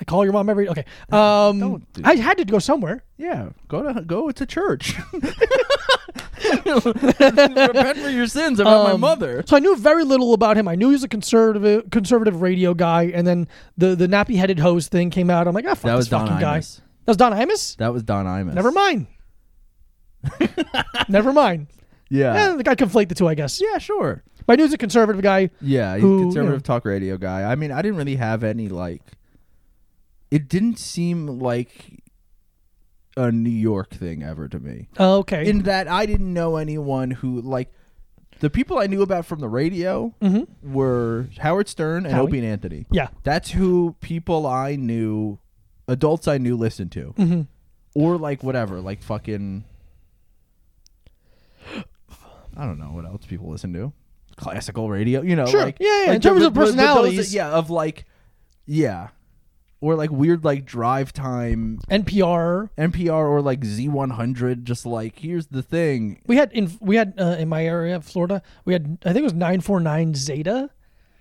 I call your mom every okay. Um,
Don't do
I had to go somewhere.
yeah. Go to go to church. [laughs]
[laughs]
Repent for your sins about
Um,
my mother.
So I knew very little about him. I knew he was a conservative conservative radio guy, and then the the nappy headed hose thing came out. I'm like, ah, fuck
That was
this
Don
fucking guy.
Imus.
That was Don Imus.
That was Don Imus.
Never
[laughs]
mind. Never mind.
Yeah.
Eh, like I conflate the two, I guess.
Yeah, sure.
But I knew he was a conservative guy.
Yeah, he's
who,
a
you
conservative
know.
talk radio guy. I mean, I didn't really have any like. It didn't seem like a New York thing ever to me.
Oh, okay.
In that I didn't know anyone who like the people I knew about from the radio were Howard Stern and
Mm-hmm. Howie.
Opie and Anthony.
yeah.
That's who people I knew, adults I knew, listened to,
Mm-hmm.
or like whatever, like fucking. I don't know what else people listen to. Classical radio, you know.
Sure.
Like,
Yeah, yeah,
like
in terms
the-
of
the- the- those-
personalities.
yeah, of like, yeah, or like weird like drive time
NPR.
NPR or like Z100. Just like here's the thing.
We had in we had uh, in my area of Florida. We had I think it was nine four nine Zeta.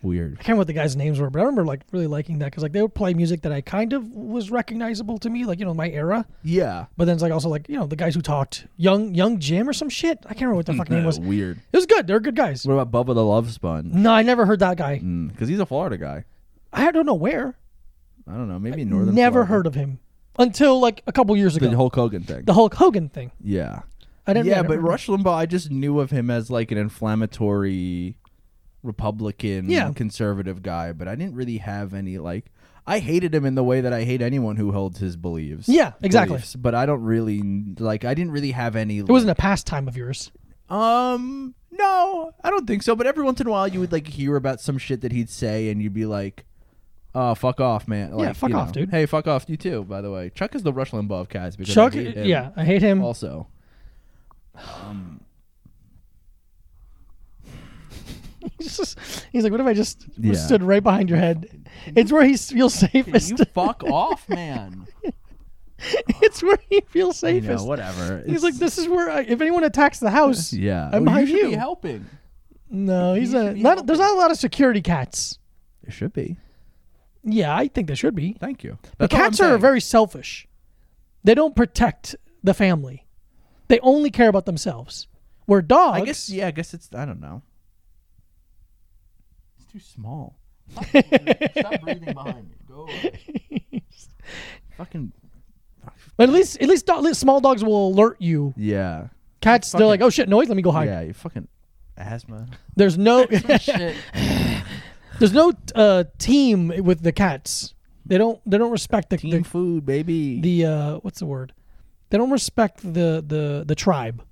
Weird.
I can't remember what the guys' names were, but I remember like really liking that because like they would play music that I kind of was recognizable to me, like you know my era.
Yeah.
But then it's like also like you know the guys who talked young young Jim or some shit. I can't remember what the fuck name
[laughs]
was. It
weird.
was good. They were good guys.
What about Bubba the Love Sponge?
No, I never heard that guy.
Because he's a Florida guy.
I don't know where.
I don't know. Maybe northern.
never
Florida.
heard of him until like a couple years ago.
the Hulk Hogan thing.
The Hulk Hogan thing.
Yeah.
I didn't. I
yeah,
don't
but
remember.
Rush Limbaugh, I just knew of him as like an inflammatory Republican
Yeah.
conservative guy, but I didn't really have any like I hated him in the way that I hate anyone who holds his beliefs.
Yeah, exactly.
beliefs, but I don't really like I didn't really have any
It wasn't a pastime of yours.
um no, I don't think so, but every once in a while you would like hear about some shit that he'd say and you'd be like Oh, fuck off, man. Like,
fuck
you
off,
know.
dude.
Hey, fuck off, you too, by the way. Chuck is the Rush Limbaugh of cats because I
Chuck.
hate him
Yeah, I hate him.
also.
[laughs] He's, just, he's like, what if I just
Yeah.
stood right behind your head? It's where he feels safest. [laughs]
You [laughs] fuck off, man.
it's where he feels
You
safest.
know, whatever.
He's like, this is where I, if anyone attacks the house,
[laughs] yeah.
I'm
Oh,
behind
you should
you.
be helping.
No, he's
should
a
be
not. There's not a lot of security cats.
It should be.
Yeah, I think there should be.
Thank you.
But cats are very selfish. They don't protect the family. They only care about themselves. Where dogs,
I guess. Yeah. I guess it's. I don't know. It's too [laughs] small. Stop breathing behind me. Go away. Fucking.
but at least at least, dog, at least small dogs will alert you.
Yeah.
Cats, they're like, oh shit, noise, let me go hide.
Yeah. You fucking asthma.
There's no,
[laughs] Shit.
[sighs] there's no uh, team with the cats. They don't they don't respect the
Team food, baby.
the, the uh, what's the word? They don't respect the the the tribe.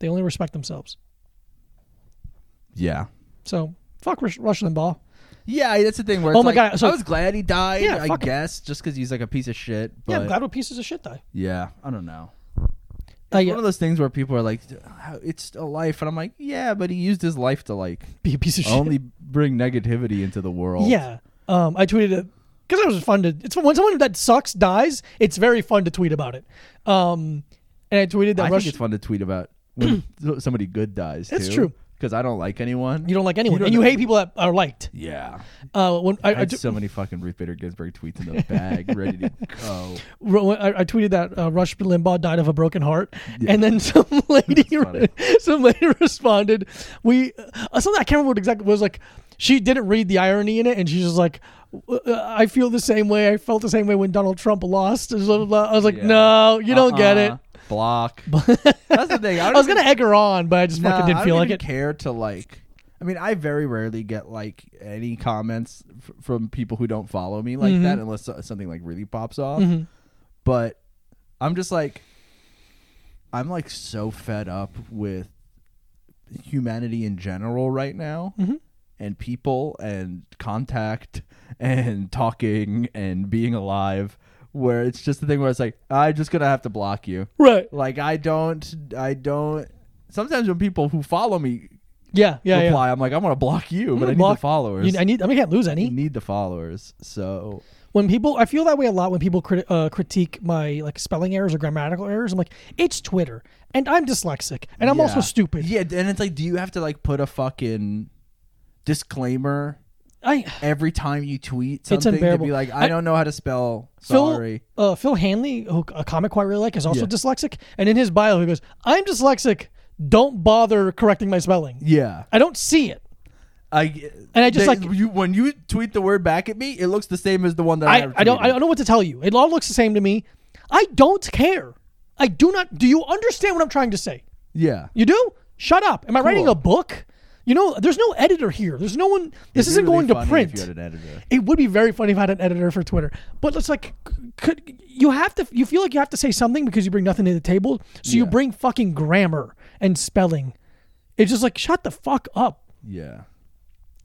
They only respect themselves.
yeah.
So fuck Rush, Rush Limbaugh.
Yeah, that's the thing. Where
Oh
it's
my
like,
God, so-
I was glad he died.
Yeah,
I
fuck him.
guess just because he's like a piece of shit. But
Uh, Yeah, I'm glad we're pieces of shit die.
yeah, I don't know.
I,
One of those things where people are like, "How- "It's a life," and I'm like, "Yeah," but he used his life
[laughs]
to like
be a piece of shit.
only bring negativity into the world.
Yeah. Um, I tweeted it because it was fun to. It's when someone that sucks dies, it's very fun to tweet about it. Um, and I tweeted that
I
Rush.
think it's fun to tweet about
[clears throat]
when somebody good dies.
It's
too,
true.
because I don't like anyone.
You don't like anyone,
don't
and you
know-
hate people that are liked.
Yeah,
Uh, when I,
I
I
had
t-
so many fucking Ruth Bader Ginsburg tweets in the bag,
[laughs]
ready to go.
ro- I, I tweeted that uh, Rush Limbaugh died of a broken heart, and then [laughs] some lady,
funny.
[laughs] some lady responded, "We uh, something I can't remember what exactly it was like." She didn't read the irony in it, and she's just like, "Uh, "I feel the same way. I felt the same way when Donald Trump lost." Blah, blah, blah. I was like,
Yeah.
"No, you don't get it."
Uh-uh.
[laughs]
Block. That's the thing. I,
I
don't
was
even-
gonna egg her on, but I just
Nah,
fucking
I
didn't
don't
feel like
even
it.
Care to like. I mean, I very rarely get like any comments f- from people who don't follow me like
Mm-hmm.
that, unless so- something like really pops off. But I'm just like, I'm like so fed up with humanity in general right now,
Mm-hmm.
and people and contact [laughs] and talking and being alive. Where it's just the thing where it's like, I'm just gonna have to block you.
Right?
Like I don't, I don't. Sometimes when people who follow me
Yeah, yeah,
reply, I'm like, I want to block you,
yeah.
but I need
Block-
the followers. Mm.
You- I need. I mean, I can't lose
I
any.
need the followers. So
When people, I feel that way a lot when people crit, uh, critique my like spelling errors or grammatical errors. I'm like, it's Twitter, and I'm dyslexic, and I'm
yeah.
also stupid.
Yeah, and it's like, do you have to like put a fucking disclaimer
I
every time you tweet something to
unbearable.
be like, I,
I-
don't know how to spell.
Phil,
Sorry.
uh, Phil Hanley, who, a comic who I really like, is also
Yeah.
dyslexic, and in his bio he goes, "I'm dyslexic. Don't bother correcting my spelling.
Yeah,
I don't see it."
I
And I just, like-
you when you tweet the word back at me, it looks the same as the one that I,
I, I don't I
retweeted.
don't know what to tell you. It all looks the same to me. I don't care. I do not. Do you understand what I'm trying to say?
Yeah,
You do? Shut up. Am I writing
Cool.
a book? You know, there's no editor here. There's no one. This isn't
It'd be really
going to
funny if
print.
you had an editor.
It would be very funny if I had an editor for Twitter. But it's like, c- could you have to? You feel like you have to say something because you bring nothing to the table. So you
Yeah.
bring fucking grammar and spelling. It's just like shut the fuck up.
Yeah.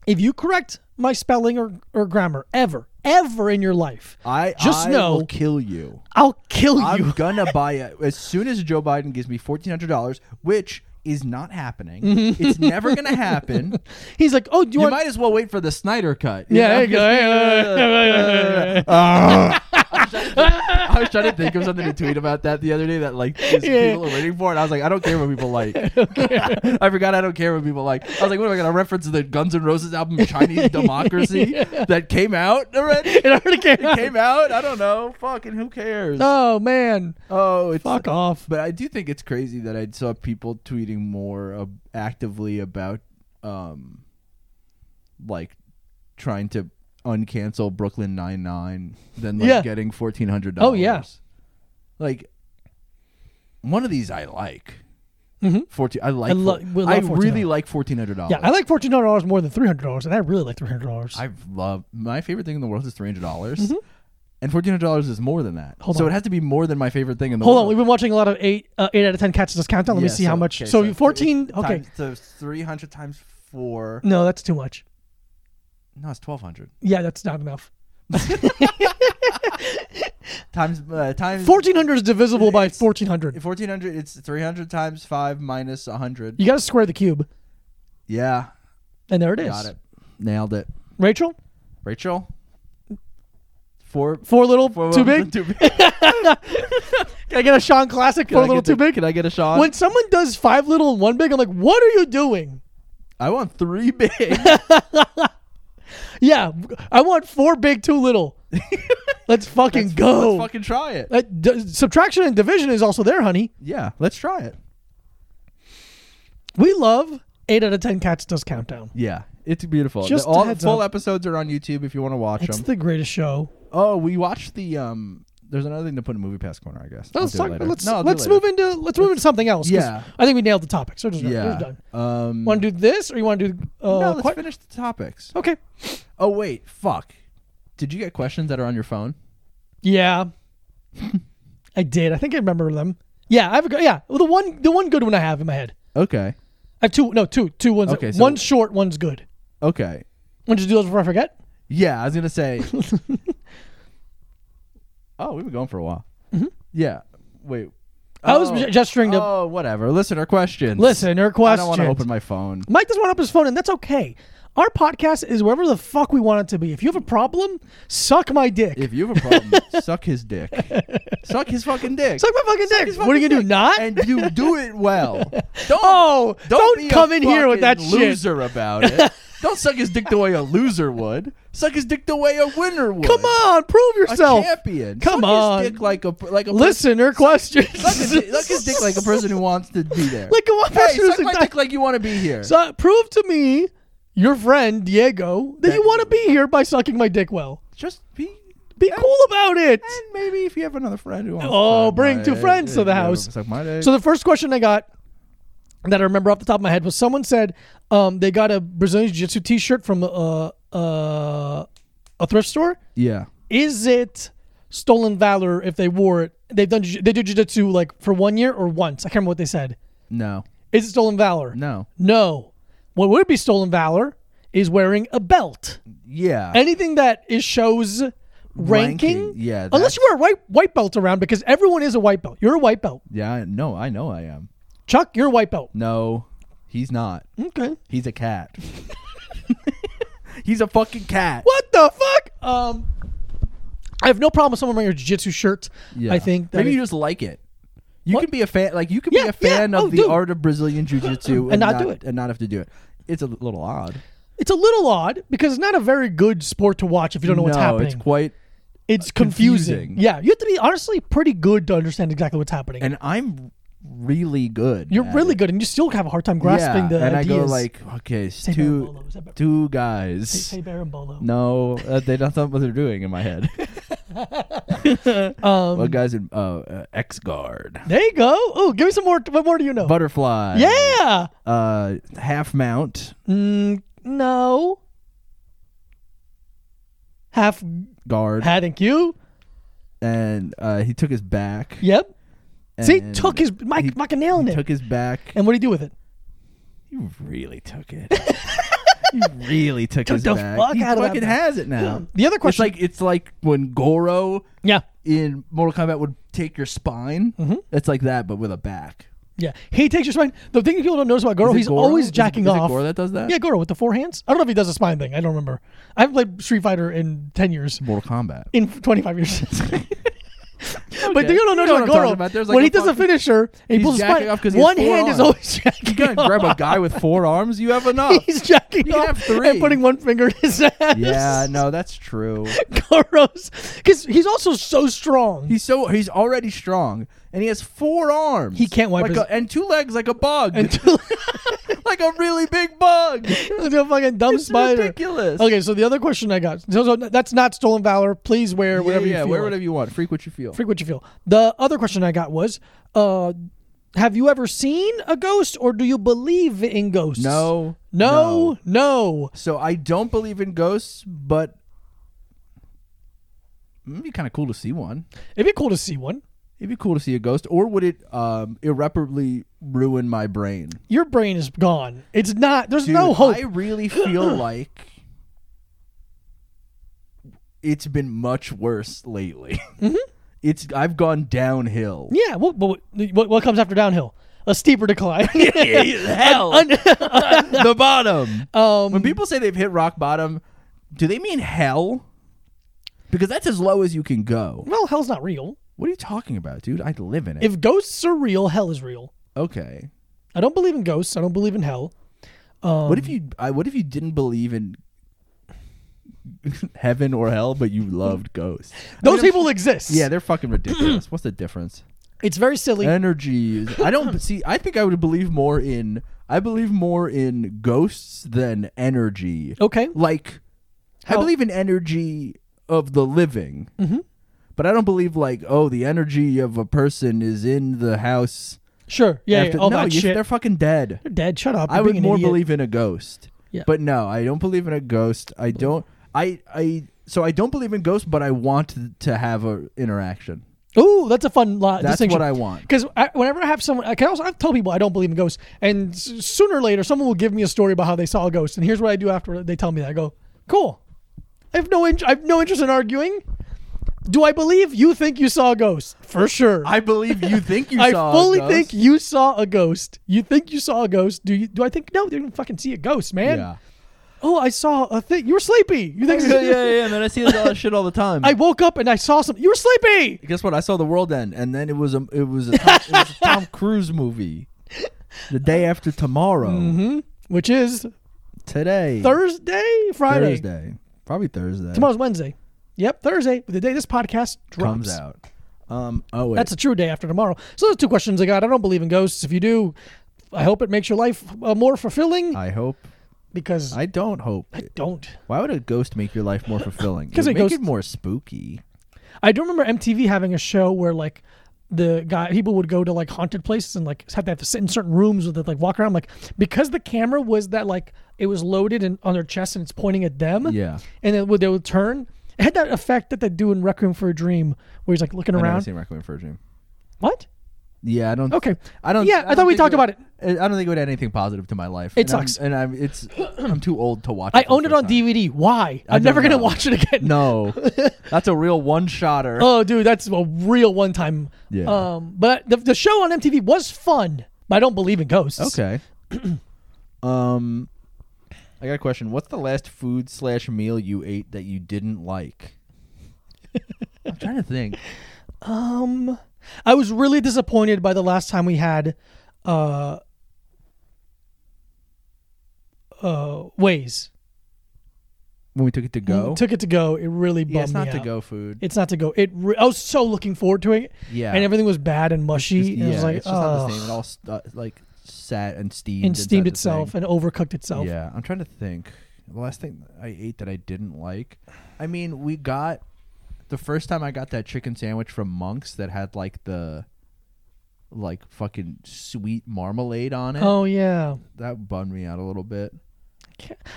If you correct my spelling or, or grammar ever, ever in your life,
I
Just
I
know-
will kill you.
I'll kill you.
I'm gonna buy it as soon as Joe Biden gives me fourteen hundred dollars, which is not happening. it's never gonna
[laughs]
happen.
He's like, oh, do you,
You
want?
might as well wait for the Snyder cut. you
yeah,
know?
there you go. Yeah, yeah, yeah.
I was trying to think of something to tweet about that the other day that like just
Yeah.
people are waiting for, and I was like, I don't care what
[laughs]
people like. [laughs] I forgot I don't care what people like. I was like, what am I gonna reference the Guns N' Roses album
[laughs]
Chinese Democracy that came out already?
It already came
It
out.
came out. I don't know. Fucking who cares?
[laughs] Oh man,
oh, it's
fuck off.
But I do think it's crazy that I saw people tweeting more uh, actively about, um, like, trying to uncancel Brooklyn Nine Nine than like
Yeah.
getting fourteen hundred dollars.
Oh, yeah.
like one of these I like.
Mhm.
Fourteen. I like.
I
I,
lo- we love
I really
$1,400.
like fourteen hundred dollars.
Yeah, I like fourteen hundred dollars more than three hundred dollars, and I really like three hundred dollars.
I love my favorite thing in the world is three hundred dollars, and fourteen hundred dollars is more than that.
Mm-hmm. Hold
so
on.
it has to be more than my favorite thing in the
Hold on,
world.
we've been watching a lot of eight uh, eight out of ten catches this countdown. Let me
Yeah,
see how much.
okay,
so,
it's
fourteen.
th-
Okay,
times- so three hundred times four.
no, that's too much.
No, it's twelve hundred
Yeah, that's not enough.
times uh, times
Fourteen hundred is divisible by fourteen hundred.
Fourteen hundred. It's three hundred times five minus hundred.
You got to square the cube,
Yeah,
and there it is.
got it. Nailed it,
Rachel,
Rachel. Four.
four little,
four
too big. [laughs]
Too big. Can
Can I get a Sean classic? Four
I
little,
get
too
the-
big.
Can I get a shot?
When someone does five little and one big, I'm like, what are you doing?
I want
[laughs]
three [laughs] big.
Yeah, I want four big, two
[laughs]
little. Let's fucking go.
Let's fucking try it.
Uh, d- subtraction and division is also there, honey.
Yeah, let's try it.
We love eight out of ten cats does countdown.
Yeah, it's beautiful.
Just
the, all
a heads
full
up.
episodes are on YouTube if you want to watch
It's
them.
the greatest show.
oh, we watched the um. There's another thing to put in movie pass corner, I guess. I'll
Let's
do it
talk.
later.
Let's
No, I'll do it
let's
later.
move into let's move into something else. 'cause
Yeah.
I think we nailed the topic. So we're just done. We're
Yeah.
done.
Um,
Want to do this, or you want to do? Uh,
no, let's
que-
finish the topics.
Okay.
Oh wait, fuck. Did you get questions that are on your phone? [laughs]
Yeah, I did. I think I remember them. Yeah, I have a go- yeah. Well, the one the one good one I have in my head.
Okay.
I have two no two two ones.
Okay, so-
one's short, one's good.
Okay.
Want to do those before I forget?
Yeah, I was
[laughs]
gonna say. oh, we've been going for a while. Yeah. Wait.
Mm-hmm. I was ge- gesturing to
Oh, whatever. Listener questions.
listener
I
questions.
don't want to open my phone.
Mike doesn't want to open his phone, and that's okay. Our podcast is wherever the fuck we want it to be. If you have a problem, suck my dick.
If you have
[laughs]
a problem, suck his dick. Suck his fucking dick.
suck my fucking dick.
his
what are you gonna do?
fucking dick.
Not?
And you do it
[laughs]
well. Don't
oh, don't,
be a
come in here with that
fucking
shit.
loser
[laughs]
about it. don't suck his dick the way a loser would. Suck his dick the way a winner would.
[laughs] Come on, prove
a
yourself.
champion.
Come
suck
on.
his dick like a like a
Listener questions.
Suck his, dick, suck his dick like a person who wants to be there.
[laughs] Like a one
hey,
person who's
suck my
a-
dick like you want to be here.
So prove to me, your friend Diego, that
That-
you want to be here by sucking my dick well.
Just be.
Be cool about it.
And maybe if you have another friend who wants
Oh,
to suck
bring
my
two
dick,
friends to the
yeah,
house.
Suck my dick.
So the first question I got that I remember off the top of my head was someone said um, they got a Brazilian Jiu-Jitsu T-shirt from a, a, a thrift store.
yeah.
Is it stolen valor if they wore it? They've done jiu- they did Jiu-Jitsu like for one year or once. I can't remember what they said.
No.
Is it stolen valor?
No.
No. What would be stolen valor is wearing a belt.
Yeah.
anything that is shows ranking,
Ranking, yeah,
unless you wear a white white belt around because everyone is a white belt you're a white belt
yeah. I- No, I know I am.
chuck you're a white belt
No, he's not.
okay
He's a cat. [laughs] he's a fucking cat.
what the fuck um i have no problem with someone wearing a jiu-jitsu shirt
Yeah.
i think that
maybe
it-
you just like it. You
What?
can be a fan. Like you can
Yeah,
be a
yeah.
fan
Oh,
of the
dude.
art of Brazilian jiu-jitsu
[laughs] And not do it.
and not have to do it. It's a little odd.
it's a little odd because it's not a very good sport to watch if you don't know what's
no,
happening
it's quite.
It's confusing.
confusing.
yeah you have to be honestly pretty good to understand exactly what's happening
And I'm really good.
you're
at
really
it.
good and you still have a hard time grasping
yeah.
the
and
ideas
I go like, okay, it's
Say
two,
Barambolo, is that Bar-
two guys.
Hey, Barambolo.
No, uh, they don't know what they're doing in my
[laughs]
head. um, well, guys in uh, uh, X Guard,
there you go oh give me some more what more do you know
Butterfly,
yeah
uh, Half Mount,
Mm, no. Half
Guard,
hadn't you?
and uh, he took his back.
Yep. See,
and
took his
he-
Mike Mike nailing
he
it.
Took his back.
and what did he do with it?
You really
[laughs]
took it. you really took, his
the
back.
fuck
he
out of that
fucking
back.
has it now.
The other question-
it's like it's like when Goro
Yeah,
in Mortal Kombat would take your spine.
Mm-hmm.
It's like that, but with a back.
yeah. He takes your spine. The thing people don't notice about Goro,
Is it
he's
Goro?
always
Is it-
jacking
is it
off.
Goro that does that?
Yeah, Goro with the four hands. I don't know if he does a spine thing. I don't remember. I haven't played Street Fighter in ten years.
Mortal
[laughs]
Kombat.
In twenty five
[laughs]
years. But
Okay.
you don't
You
know,
know what
about
I'm
Goro.
talking about. There's like
when
a
he does a
fucking-
finisher, he
He's
pulls a
jacking
spine.
off 'cause he has
One
four
hand is
arms.
always jacking. [laughs]
You gotta
off.
grab a guy with four arms.
[laughs]
You have enough.
He's jacking
You can
off
have three.
and putting one finger in his ass.
yeah, no, that's true.
[laughs] Goros, because he's also so strong.
He's so he's already strong, and he has four arms.
He can't wipe
like
his-
a, and two legs like a bug, [laughs]
and [laughs] two,
like a really big bug.
like a fucking dumb
It's
spider.
ridiculous.
Okay, so the other question I got. So, so that's not stolen valor. Please wear [laughs] whatever
yeah,
you
yeah,
feel.
wear
like.
whatever you want. Freak what you feel.
Freak what you feel. The other question I got was, uh, have you ever seen a ghost, or do you believe in ghosts?
No,
no, no.
So I don't believe in ghosts, but it'd be kind of cool to see one.
It'd be cool to see one.
It'd be cool to see a ghost, or would it um, irreparably ruin my brain?
Your brain is gone. It's not. There's
Dude,
no hope.
I really feel
[laughs]
like it's been much worse lately.
Mm-hmm.
[laughs] It's I've gone downhill.
yeah. What, what, what, what comes after downhill? A steeper
[laughs]
decline.
Hell, [laughs] the bottom.
um,
when people say they've hit rock bottom, do they mean hell? Because that's as low as you can go.
well, hell's not real.
What are you talking about, dude? I live in it.
If ghosts are real, hell is real.
okay.
I don't believe in ghosts. I don't believe in hell.
what if you? I, what if you didn't believe in [laughs] heaven or hell, but you loved ghosts?
Those people exist.
Yeah, they're fucking [clears throat] ridiculous. What's the difference?
it's very silly.
Energy. is- I [clears throat] don't see. I think I would believe more in. I believe more in ghosts than energy.
okay.
Like, I
How-
believe in energy of the living,
Mm-hmm.
but I don't believe like oh the energy of a person is in the house.
Sure. Yeah. yeah,
after-
all
no,
that
you-
shit.
they're fucking dead.
They're dead. Shut up.
I
You're
would
being an
more
idiot.
believe in a ghost.
Yeah.
But no, I don't believe in a ghost. I don't. I I so I don't believe in ghosts, but I want to have a interaction.
Ooh, that's a fun lot.
That's what I want.
Because I, whenever I have someone, I can also I tell people I don't believe in ghosts, and s- sooner or later someone will give me a story about how they saw a ghost, and here's what I do after they tell me that. I go, cool. I have no, in- I have no interest in arguing. Do I believe you think you saw a ghost? For sure.
I believe you think
[laughs]
you
I
saw. a
fully
ghost.
think you saw a ghost. You think you saw a ghost. Do you? Do I think? No, you didn't fucking see a ghost, man. [laughs]
Yeah.
Oh, I saw a thing. You were sleepy. You think?
[laughs] yeah, yeah, yeah. Man, I see that all that shit all the time.
I woke up and I saw something. You were sleepy.
guess what? I saw the world end, and then it was a it was a Tom, it was a
[laughs]
Tom Cruise movie. The day after tomorrow,
Which is
today,
Mm-hmm. Thursday, Friday.
Thursday, probably Thursday,
Tomorrow's Wednesday. Yep, Thursday, the day this podcast drops.
comes out. Um, oh wait,
That's a true day after tomorrow. So those two questions I got. I don't believe in ghosts. If you do, I hope it makes your life uh, more fulfilling
I hope.
because I
I don't hope. it-
don't.
Why would a ghost make your life more fulfilling?
'Cause
It would
a
make
ghost-
it more spooky.
I do remember MTV having a show where like the guy people would go to like haunted places and like have to, have to sit in certain rooms with it like walk around like because the camera was that like it was loaded and on their chest and it's pointing at them.
Yeah.
And then would they would turn. It had that effect that they do in Requiem for a Dream where he's like looking
I've never
around.
seen Requiem for a Dream.
What?
Yeah, I don't.
Okay.
I don't.
Yeah, I thought
don't
we
think
talked about
would-
it.
I I don't think it would add anything positive to my life.
It
and I'm-
sucks.
and I'm it's I'm too old to watch.
I
for the
own it
first
on
time.
DVD. Why?
I
I'm never
don't
gonna
know.
watch it again.
No, that's a real one shotter.
[laughs] Oh, dude, that's a real one time.
Yeah.
Um, but the, the show on MTV was fun, but I don't believe in ghosts.
Okay. [clears throat] um, I got a question. What's the last food slash meal you ate that you didn't like? I'm trying to think.
Um, I was really disappointed by the last time we had, uh, uh, ways.
When we took it to go,
Took it to go. It really bummed
yeah, it's not
me
to
out.
go food.
It's not to go. It. Re- I was so looking forward to it.
Yeah.
And everything was bad and mushy.
Just-
and it was like,
it's just not the
ugh,
same. It all st- uh, like sat and steamed
and steamed
inside the thing.
itself and overcooked itself.
Yeah, I'm trying to think. The last thing I ate that I didn't like. I mean, we got the first time I got that chicken sandwich from Monks that had like the like fucking sweet marmalade on it.
Oh yeah.
That bummed me out a little bit.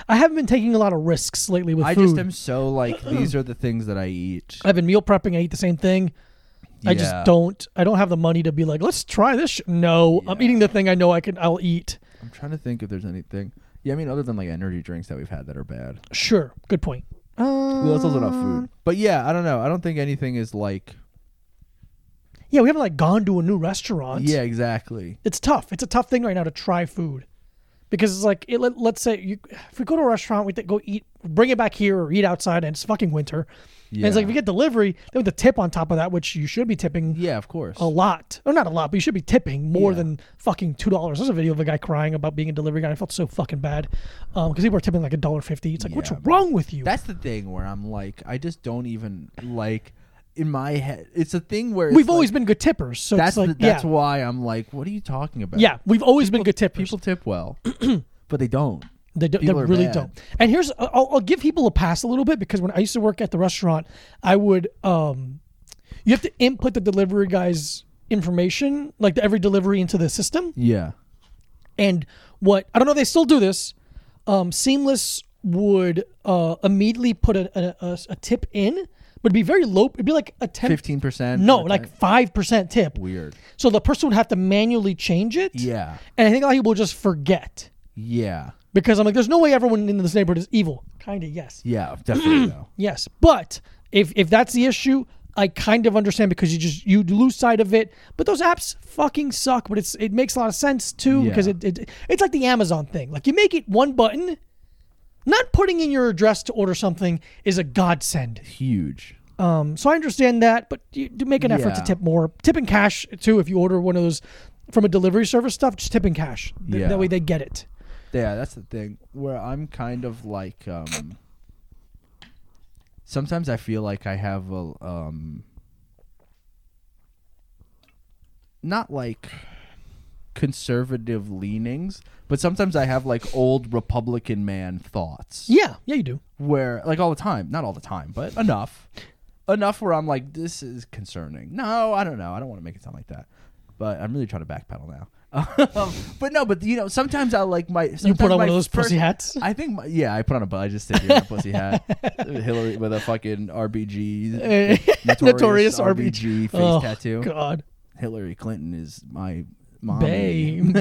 I haven't been taking a lot of risks lately with
I
food.
just am
[clears throat]
so like these are the things that I eat.
I've been meal prepping. I eat the same thing. I just
Yeah.
don't. I don't have the money to be like, let's try this. Sh-. No, I'm
Yeah.
eating the thing I know I can. I'll eat.
I'm trying to think if there's anything. Yeah, I mean other than like energy drinks that we've had that are bad.
Sure, good point.
Well, that's also not food. But yeah, I don't know. I don't think anything is like
Yeah, we haven't like gone to a new restaurant.
Yeah, exactly.
it's tough. It's a tough thing right now to try food because it's like, it, let, let's say you, if we go to a restaurant, we th- go eat, bring it back here or eat outside, and it's fucking winter. And it's like
Yeah.
if we get delivery, then with the tip on top of that, which you should be tipping
Yeah, of course.
a lot. Oh, not a lot, but you should be tipping more
Yeah.
than fucking two dollars. There's a video of a guy crying about being a delivery guy. I felt so fucking bad because people are tipping like a dollar fifty. It's like, what's
Yeah, man.
wrong with you?
That's the thing where I'm like, I just don't even like in my head. It's a thing where it's
we've always
like-
been good tippers, so
That's
it's like,
the, that's
yeah,
why I'm like, what are you talking about?
yeah, we've always been good tippers.
people
[clears throat]
tip well, but they don't.
They, do, they
People are
really
bad.
don't. And here's uh, I'll, I'll give people a pass a little bit because when I used to work at the restaurant, I would um, you have to input the delivery guy's information, like the, every delivery into the system. [clears throat]
Yeah,
And what I don't know, if they still do this. Um, Seamless would uh, immediately put a, a, a, a tip in, but it'd be very low. It'd be like a ten,
fifteen percent.
no, like five percent tip.
weird.
So the person would have to manually change it.
Yeah,
and I think a lot of people just forget
yeah,
because I'm like, there's no way everyone in this neighborhood is evil. Kind of yes,
yeah. Definitely though.
yes, but if if that's the issue. I kind of understand because you just you lose sight of it, but those apps fucking suck. But it's it makes a lot of sense too
Yeah.
because it, it it's like the Amazon thing. Like you make it one button, not putting in your address to order something is a godsend.
Huge.
Um, so I understand that, but you do make an effort to
Yeah.
tip more. Tip in cash too if you order one of those from a delivery service stuff. Just tip in cash. Th-
Yeah.
That way they get it.
Yeah, that's the thing where I'm kind of like. um Sometimes I feel like I have a um not like conservative leanings, but sometimes I have like old Republican man thoughts
Yeah, yeah, you do.
where like all the time, not all the time, but enough. Enough where I'm like this is concerning. No, I don't know. I don't want to make it sound like that. But I'm really trying to backpedal now. [laughs] Um, but no, but you know, sometimes I like my.
You put
sometimes
on one
my
of those
first-
pussy hats.
I think, my, yeah, I put on a bud. I just sit here in a
[laughs]
pussy hat, Hillary with a fucking RBG, notorious,
Eh, Notorious
RBG, face
oh,
tattoo.
God,
Hillary Clinton is my mom.
babe.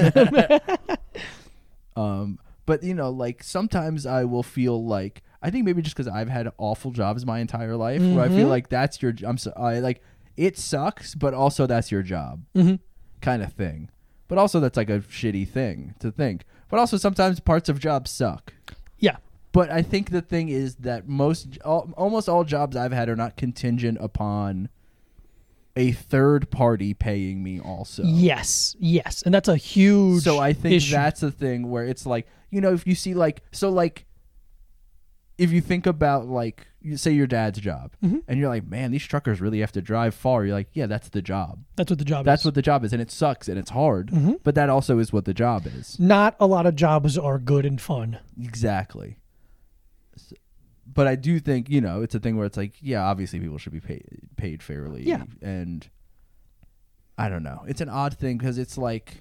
Um, but you know, like sometimes I will feel like I think maybe just because I've had awful jobs my entire life, where I feel like that's your. j- I'm so I like it sucks, but also that's your job, kind of thing. But also that's like a shitty thing to think. But also sometimes parts of jobs suck.
Yeah.
But I think the thing is that most, al- almost all jobs I've had are not contingent upon a third party paying me. Also,
Yes. Yes. And that's a huge.
so I think
issue.
that's the thing where it's like, you know, if you see like, so like, if you think about like, you say your dad's job,
Mm-hmm.
and you're like, man, these truckers really have to drive far. You're like, yeah, that's the job.
that's what the job.
That's
is.
what the job is, and it sucks and it's hard,
Mm-hmm.
but that also is what the job is.
Not a lot of jobs are good and fun.
Exactly. S- But I do think you know it's a thing where it's like, yeah, obviously people should be paid paid fairly.
Yeah.
and I don't know. It's an odd thing because it's like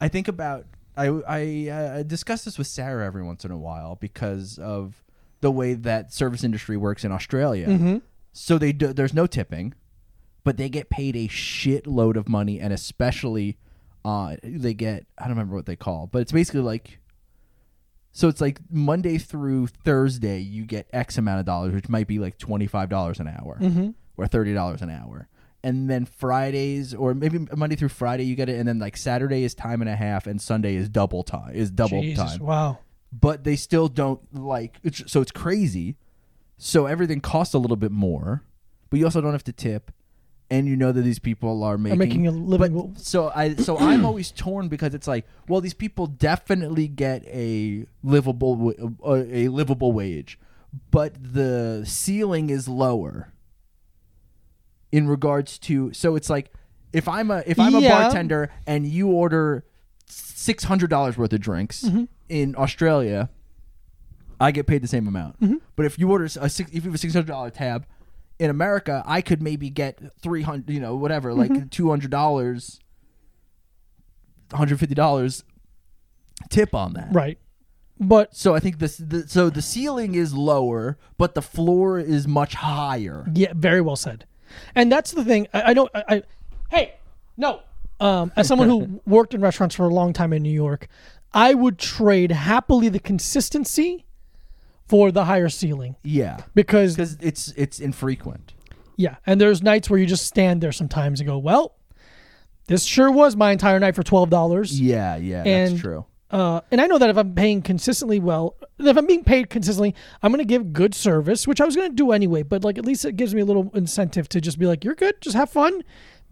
I think about I I uh, discuss this with Sarah every once in a while because of the way that service industry works in Australia. So they do, there's no tipping, but they get paid a shitload of money, and especially uh, they get I don't remember what they call, but it's basically like so it's like Monday through Thursday, you get X amount of dollars, which might be like twenty five dollars an hour or thirty dollars an hour. And then Fridays, or maybe Monday through Friday, you get it. And then like Saturday is time and a half, and Sunday is double time is double
Jesus.
time.
Wow.
But they still don't like. It's, so it's crazy. So everything costs a little bit more, but you also don't have to tip, and you know that these people are making,
making a living.
But, so I so I'm always torn because it's like, well, these people definitely get a livable w- a, a livable wage, but the ceiling is lower in regards to. So it's like if I'm a if I'm a
Yeah.
bartender and you order six hundred dollars worth of drinks in Australia, I get paid the same amount. But if you order a six, if you have a six hundred dollar tab in America, I could maybe get three hundred, you know, whatever, like two hundred dollars, one hundred fifty dollars tip on that.
Right. But
So I think this, the, so the ceiling is lower, but the floor is much higher.
yeah, very well said. And that's the thing. I, I don't. I, I. Hey, no. Um, as someone
[laughs]
who worked in restaurants for a long time in New York, I would trade happily the consistency for the higher ceiling
Yeah,
because
because it's it's infrequent.
Yeah, and there's nights where you just stand there sometimes and go, "Well, this sure was my entire night for twelve dollars."
Yeah, yeah,
And-
that's true.
Uh, and I know that if I'm paying consistently well, if I'm being paid consistently, I'm going to give good service, which I was going to do anyway. But like, at least it gives me a little incentive to just be like, "You're good. Just have fun.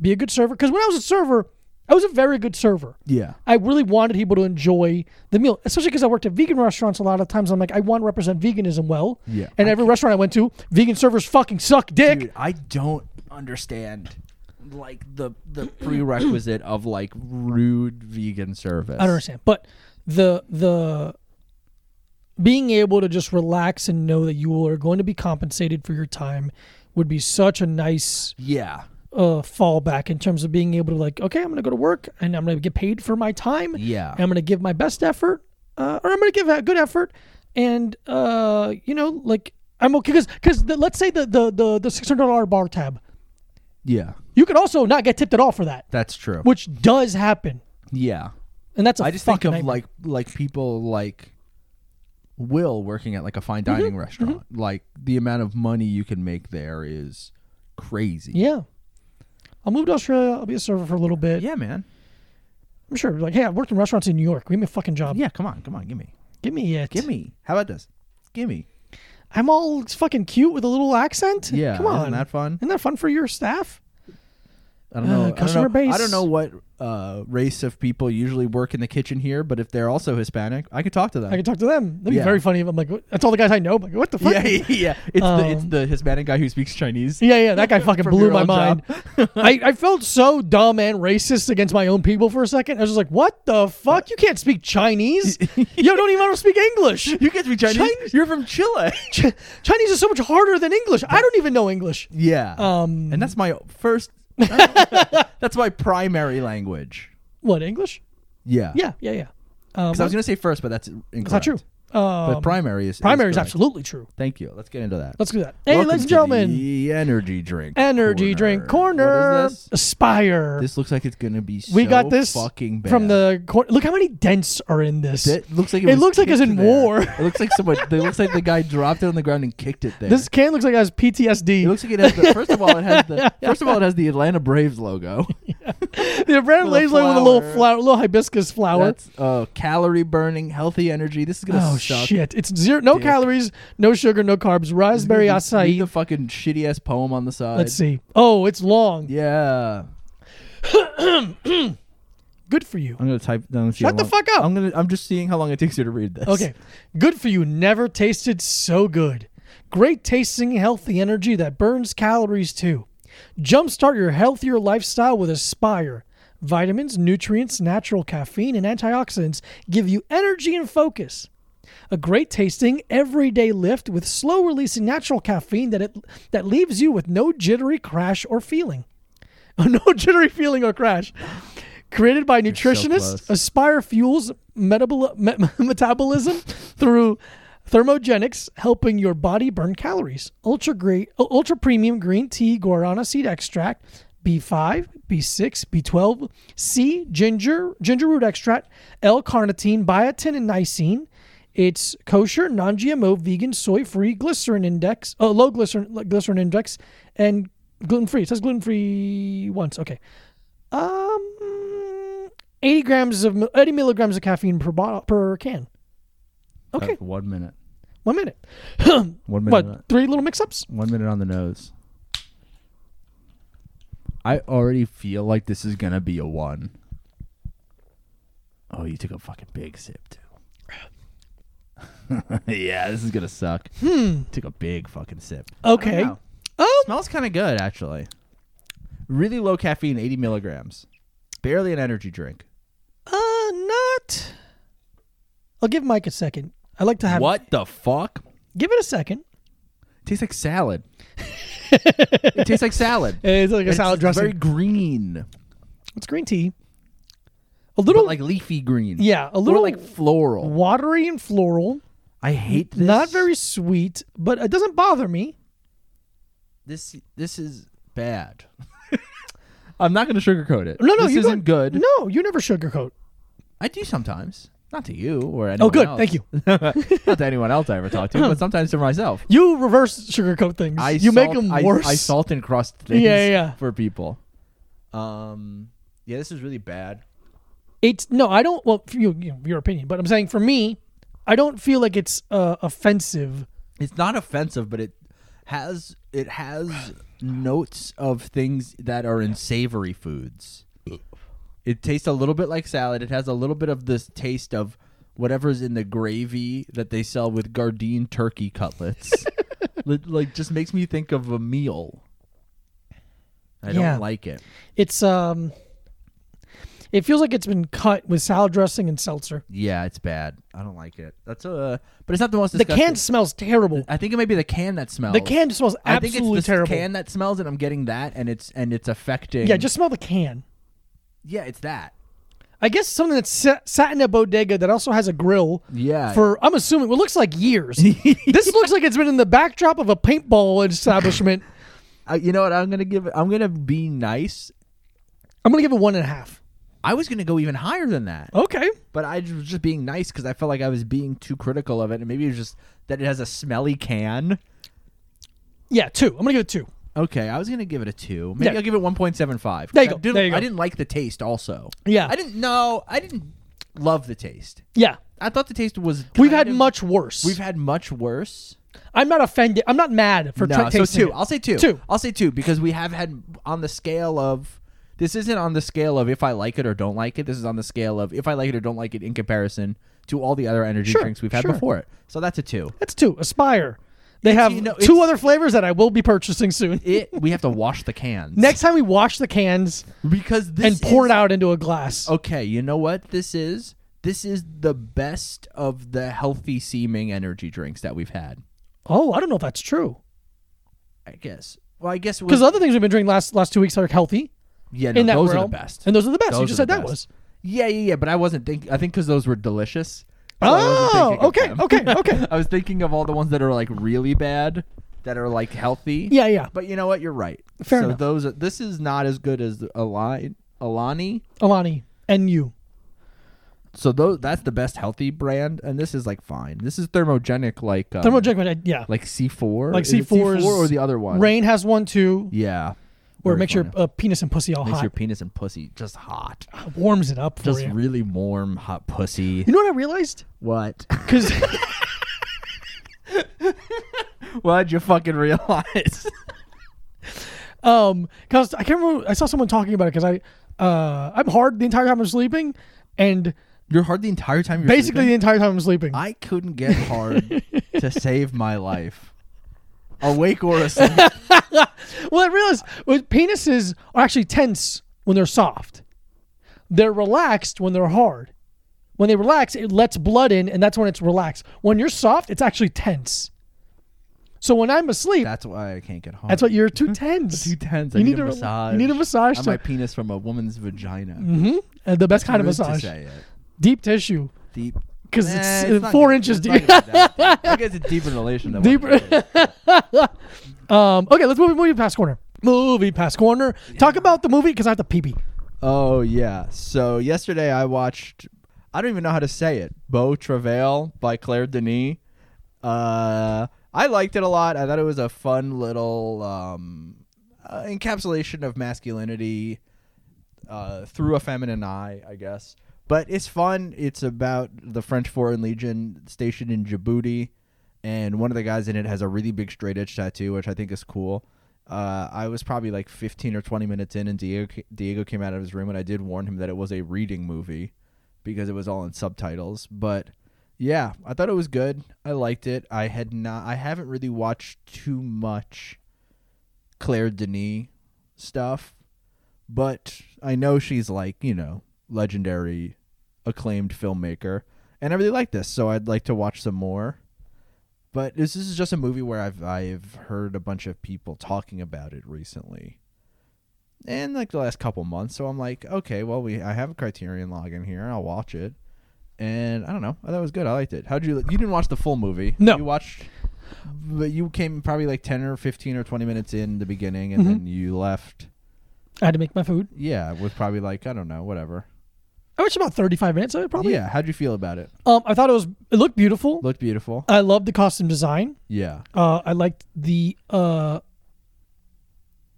Be a good server." Because when I was a server, I was a very good server.
Yeah,
I really wanted people to enjoy the meal, especially because I worked at vegan restaurants a lot of times. I'm like, I want to represent veganism well.
Yeah.
And every restaurant I went to, vegan servers fucking suck dick.
dude i don't understand like the the prerequisite of like rude vegan service
I don't understand. But the the being able to just relax and know that you are going to be compensated for your time would be such a nice
yeah
uh, fallback in terms of being able to like, okay, I'm going to go to work and I'm going to get paid for my time.
Yeah.
and I'm going to give my best effort, uh, or I'm going to give a good effort, and uh, you know, like I'm okay because because let's say the the the, the six hundred dollar bar tab,
yeah
you could also not get tipped at all for that,
that's true
which does happen,
yeah
and that's a
i just think
fucking
of
nightmare.
like like people like will working at like a
Mm-hmm.
fine dining restaurant like the amount of money you can make there is crazy
Yeah. I'll move to Australia. I'll be a server for a little bit.
yeah man
I'm sure. Like, hey, I worked in restaurants in New York. Give me a fucking job.
yeah come on come on give me
Give me it.
give me how about this give me
I'm all fucking cute with a little accent.
yeah
Come on.
isn't that fun
Isn't that fun for your staff?
I don't
Uh,
know.
customer
I don't know,
base.
I don't know what uh, race of people usually work in the kitchen here, but if they're also Hispanic, I could talk to them.
I could talk to them. That'd be
Yeah.
very funny if I'm like, what- that's all the guys I know. I'm like, what the fuck?
[laughs] yeah, yeah, yeah. It's the it's
Um,
the Hispanic guy who speaks
[laughs]
Chinese.
Yeah, yeah, that
[laughs]
guy fucking
From
blew
your
my
own
mind. I, I felt so dumb and racist against my own people for a second. I was just like, what the
Uh,
fuck? You can't speak
[laughs]
Chinese. you don't even know how to speak English.
You can speak Chinese.
Chinese?
You're
[laughs]
from Chile.
Ch- Chinese is so much harder than English. I don't even know English.
yeah.
Um,
and that's my
[laughs]
first. that's my primary language.
What, English?
Yeah.
Yeah, yeah, yeah. Um,
Because I was gonna say first, but that's incorrect.
It's not true. Um,
but primary is
primary is
correct.
absolutely true.
Thank you. Let's get into that.
Let's do that. Hey,
Welcome
ladies and
to
gentlemen,
the energy drink.
energy
corner.
drink corner.
What is this?
Aspire.
This looks like it's gonna be.
we
so
got this
fucking bad.
from the cor- look. How many dents are in this?
That looks like it,
It
was
looks like it's
kicked
in
there.
war.
It looks like someone. It looks like the guy dropped it on the ground and kicked it
[laughs]
there.
This can looks like it has PTSD.
It looks like it has the first of all it has the first of all it has the Atlanta Braves logo.
[laughs] the brand
with a
lays like with a little
flower.
flower, little hibiscus flower.
That's uh, calorie burning, healthy energy. This is gonna
oh
suck.
shit! It's zero, no
Dick.
calories, no sugar, no carbs. Raspberry
Read the- read
acai.
The fucking shitty ass poem on the side.
Let's see. Oh, it's long.
Yeah,
Good for you.
I'm gonna type. down.
Shut the fuck up.
I'm gonna. I'm just seeing how long it takes you to read this.
Okay. Good for you. Never tasted so good. Great tasting, healthy energy that burns calories too. Jumpstart your healthier lifestyle with Aspire. Vitamins, nutrients, natural caffeine, and antioxidants give you energy and focus. A great tasting everyday lift with slow releasing natural caffeine that it that leaves you with no jittery crash or feeling. [laughs] no jittery feeling or crash. Created by nutritionists,
close.
Aspire fuels metabol- me- [laughs] metabolism through thermogenics, helping your body burn calories. Ultra great, ultra premium green tea, guarana seed extract, B5, B6, B12, C, ginger, ginger root extract, L-carnitine, biotin, and nicene. It's kosher, non-GMO, vegan, soy-free, glycerin index, uh, low glycerin glycerin index, and gluten-free. It says gluten-free once. Okay. Um, 80 grams of 80 milligrams of caffeine per bottle per can. Okay,
That's Uh, one minute.
one minute.
One minute.
What? Three little mix-ups.
One minute on the nose. I already feel like this is gonna be a one. Oh, you took a fucking big sip too. [laughs] yeah, this is gonna suck. Hmm. Took a big fucking sip.
Okay.
know.
Oh,
Smells kind of good actually. Really low caffeine, eighty milligrams. Barely an energy drink.
uh, not. I'll give Mike a second. I like to have.
What the fuck?
Give it a second.
Tastes like [laughs] salad. it tastes like salad.
It's like a salad
it's
dressing.
Very green.
it's green tea. A
But
little,
like leafy green.
yeah, a
Or
little
like floral.
watery and floral.
I hate this.
Not very sweet, but it doesn't bother me.
This this is bad. [laughs] I'm not going to sugarcoat it.
No, no,
this
you
isn't good.
No, you never sugarcoat.
I do sometimes, not to you or anyone.
Oh, good.
else.
Thank you.
[laughs] not to anyone else I ever talked
[laughs]
to, but sometimes to myself.
You reverse sugarcoat things.
I
you make
salt-
them
I-
worse.
I, salt and crust
[laughs]
things.
Yeah, yeah.
for people. Um, yeah, this is really bad.
it's no, I don't. Well, for you, you your opinion, but I'm saying for me, I don't feel like it's uh, offensive.
It's not offensive, but it has it has notes of things that are in savory foods. It tastes a little bit like salad. It has a little bit of this taste of whatever's in the gravy that they sell with Gardein turkey [laughs] cutlets. Li- like just makes me think of a meal. I
Yeah.
don't like it.
It's um, it feels like it's been cut with salad dressing and seltzer.
Yeah, it's bad. I don't like it. That's uh but it's not the most
The
disgusting.
can smells terrible.
I think it might be the can that smells.
The can smells
I think
absolutely
it's the
terrible.
can that smells, and I'm getting that, and it's and it's affecting.
Yeah, just smell the can.
yeah, it's that.
I guess something that's sat, sat in a bodega that also has a grill.
Yeah.
For I'm assuming what looks like
[laughs]
years. this looks like it's been in the backdrop of a paintball establishment.
I, you know what? I'm gonna give. I'm gonna be nice.
I'm gonna give it one and a half.
I was gonna go even higher than that,
Okay.
but I was just being nice because I felt like I was being too critical of it, and maybe it was just that it has a smelly can.
Yeah, two. I'm gonna give it two.
Okay, I was gonna give it a two. Maybe
Yeah.
I'll give it one point seven five.
There you go,
I didn't,
there you go.
I didn't like the taste. Also,
Yeah.
I didn't know. I didn't love the taste.
Yeah.
I thought the taste was.
We've
kind
had
of-
much worse.
We've had much worse.
I'm not offended. I'm not mad for
No,
tra-
so
tasting
two.
it.
I'll say two.
Two.
I'll say two because we have had on the scale of this isn't on the scale of if I like it or don't like it. This is on the scale of if I like it or don't like it in comparison to all the other energy
Sure,
drinks we've had
sure.
before it. So that's a two.
That's two. Aspire. They have
you know,
two
it's-
other flavors that I will be purchasing soon.
It we have to wash the cans
Next time we wash the cans
because this
and pour
is- Oh,
it out into a glass.
Okay, you know what this is? This is the best of the healthy seeming energy drinks that we've had.
Oh, I don't know if that's true.
I guess. Well, I guess
Because other things we've been drinking last last two weeks are healthy
yeah, no,
in that
those
realm,
are the best.
and those are the best.
Those
you
are
just
the
said that
best.
was
Yeah, yeah, yeah. But I wasn't thinking. I think because those were delicious. So I wasn't
Oh,
thinking of
okay,
them. [laughs]
okay, okay.
I was thinking of all the ones that are like really bad, that are like healthy.
Yeah, yeah.
But you know what? You're right.
Fair
so
enough.
those. Are, this is not as good as Alani. Alani.
Alani and you.
So those. That's the best healthy brand, and this is like fine. This is thermogenic, like um,
Thermogenic, but I- yeah.
like C four,
Like
C four
C4's
or the other one.
Rain has one too,
Yeah.
where it
Very
makes your
funny.
uh, penis and pussy all
makes
hot.
your penis and pussy just hot,
warms it up for
just
you.
really warm hot pussy.
you know what I realized?
What? [laughs]
Because
What'd you fucking realize?
[laughs] um, cause I can't remember. I saw someone talking about it because I uh, I'm hard the entire time I'm sleeping, and
You're hard the entire time. You're
basically the [laughs]
sleeping?
entire time I'm sleeping.
I couldn't get hard [laughs] to save my life, awake or
[laughs]
asleep.
well, I realized well, penises are actually tense when they're soft. They're relaxed when they're hard. When they relax, it lets blood in, and that's when it's relaxed. When you're soft, it's actually tense. So when I'm asleep,
That's why I can't get hard.
that's what you're
[laughs]
too tense.
Too tense. I
You
need,
need
a
to-
massage.
you need a massage
I
to-
my penis from a woman's vagina.
Uh, the best kind of
Rude to
massage,
say it.
deep tissue,
Deep.
'Cause
Nah,
it's, uh,
not
four
gonna-
inches
it's not
deep.
gonna
[laughs]
be that deep. I guess it's deep in relation. To
Deep-
what it is.
Um, okay, let's move movie past corner. Movie past corner. Talk about the movie because I have to pee pee.
Oh yeah. So yesterday I watched. I don't even know how to say it. Beau Travail by Claire Denis. Uh, I liked it a lot. I thought it was a fun little um, uh, encapsulation of masculinity uh, through a feminine eye, I guess. But it's fun. It's about the French Foreign Legion stationed in Djibouti, and one of the guys in it has a really big straight edge tattoo, which I think is cool. Uh, I was probably like 15 or 20 minutes in, and Diego, Diego came out of his room, and I did warn him that it was a reading movie because it was all in subtitles. But yeah, I thought it was good. I liked it. I had not. I haven't really watched too much Claire Denis stuff but I know she's like, you know, legendary, acclaimed filmmaker. And I really like this, so I'd like to watch some more. But this, this is just a movie where I've I've heard a bunch of people talking about it recently. And like the last couple months, so I'm like, okay, well we I have a Criterion login here, I'll watch it. And I don't know, I thought it was good. I liked it. How'd you? You didn't watch the full movie?
No.
you watched. But you came probably like ten or fifteen or twenty minutes in the beginning, and then you left.
I had to make my food.
Yeah, with probably like I don't know, whatever.
I watched about thirty-five minutes of it, probably.
Yeah, how'd you feel about it?
Um, I thought it was it looked beautiful.
Looked beautiful.
I loved the costume design.
Yeah,
Uh, I liked the uh,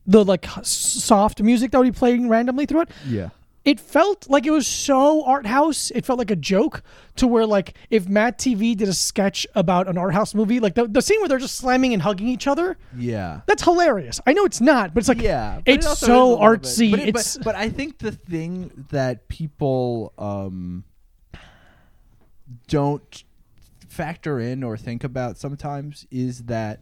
the like s- soft music that would be playing randomly through it.
yeah,
It felt like it was so art house. It felt like a joke to where like if Matt TV did a sketch about an art house movie, like the, the scene where they're just slamming and hugging each other.
yeah,
That's hilarious. I know it's not, but it's like
yeah. but it
it's
also is
so
a little bit-
artsy.
But, it-
it's
but, but I think the thing that people um don't factor in or think about sometimes is that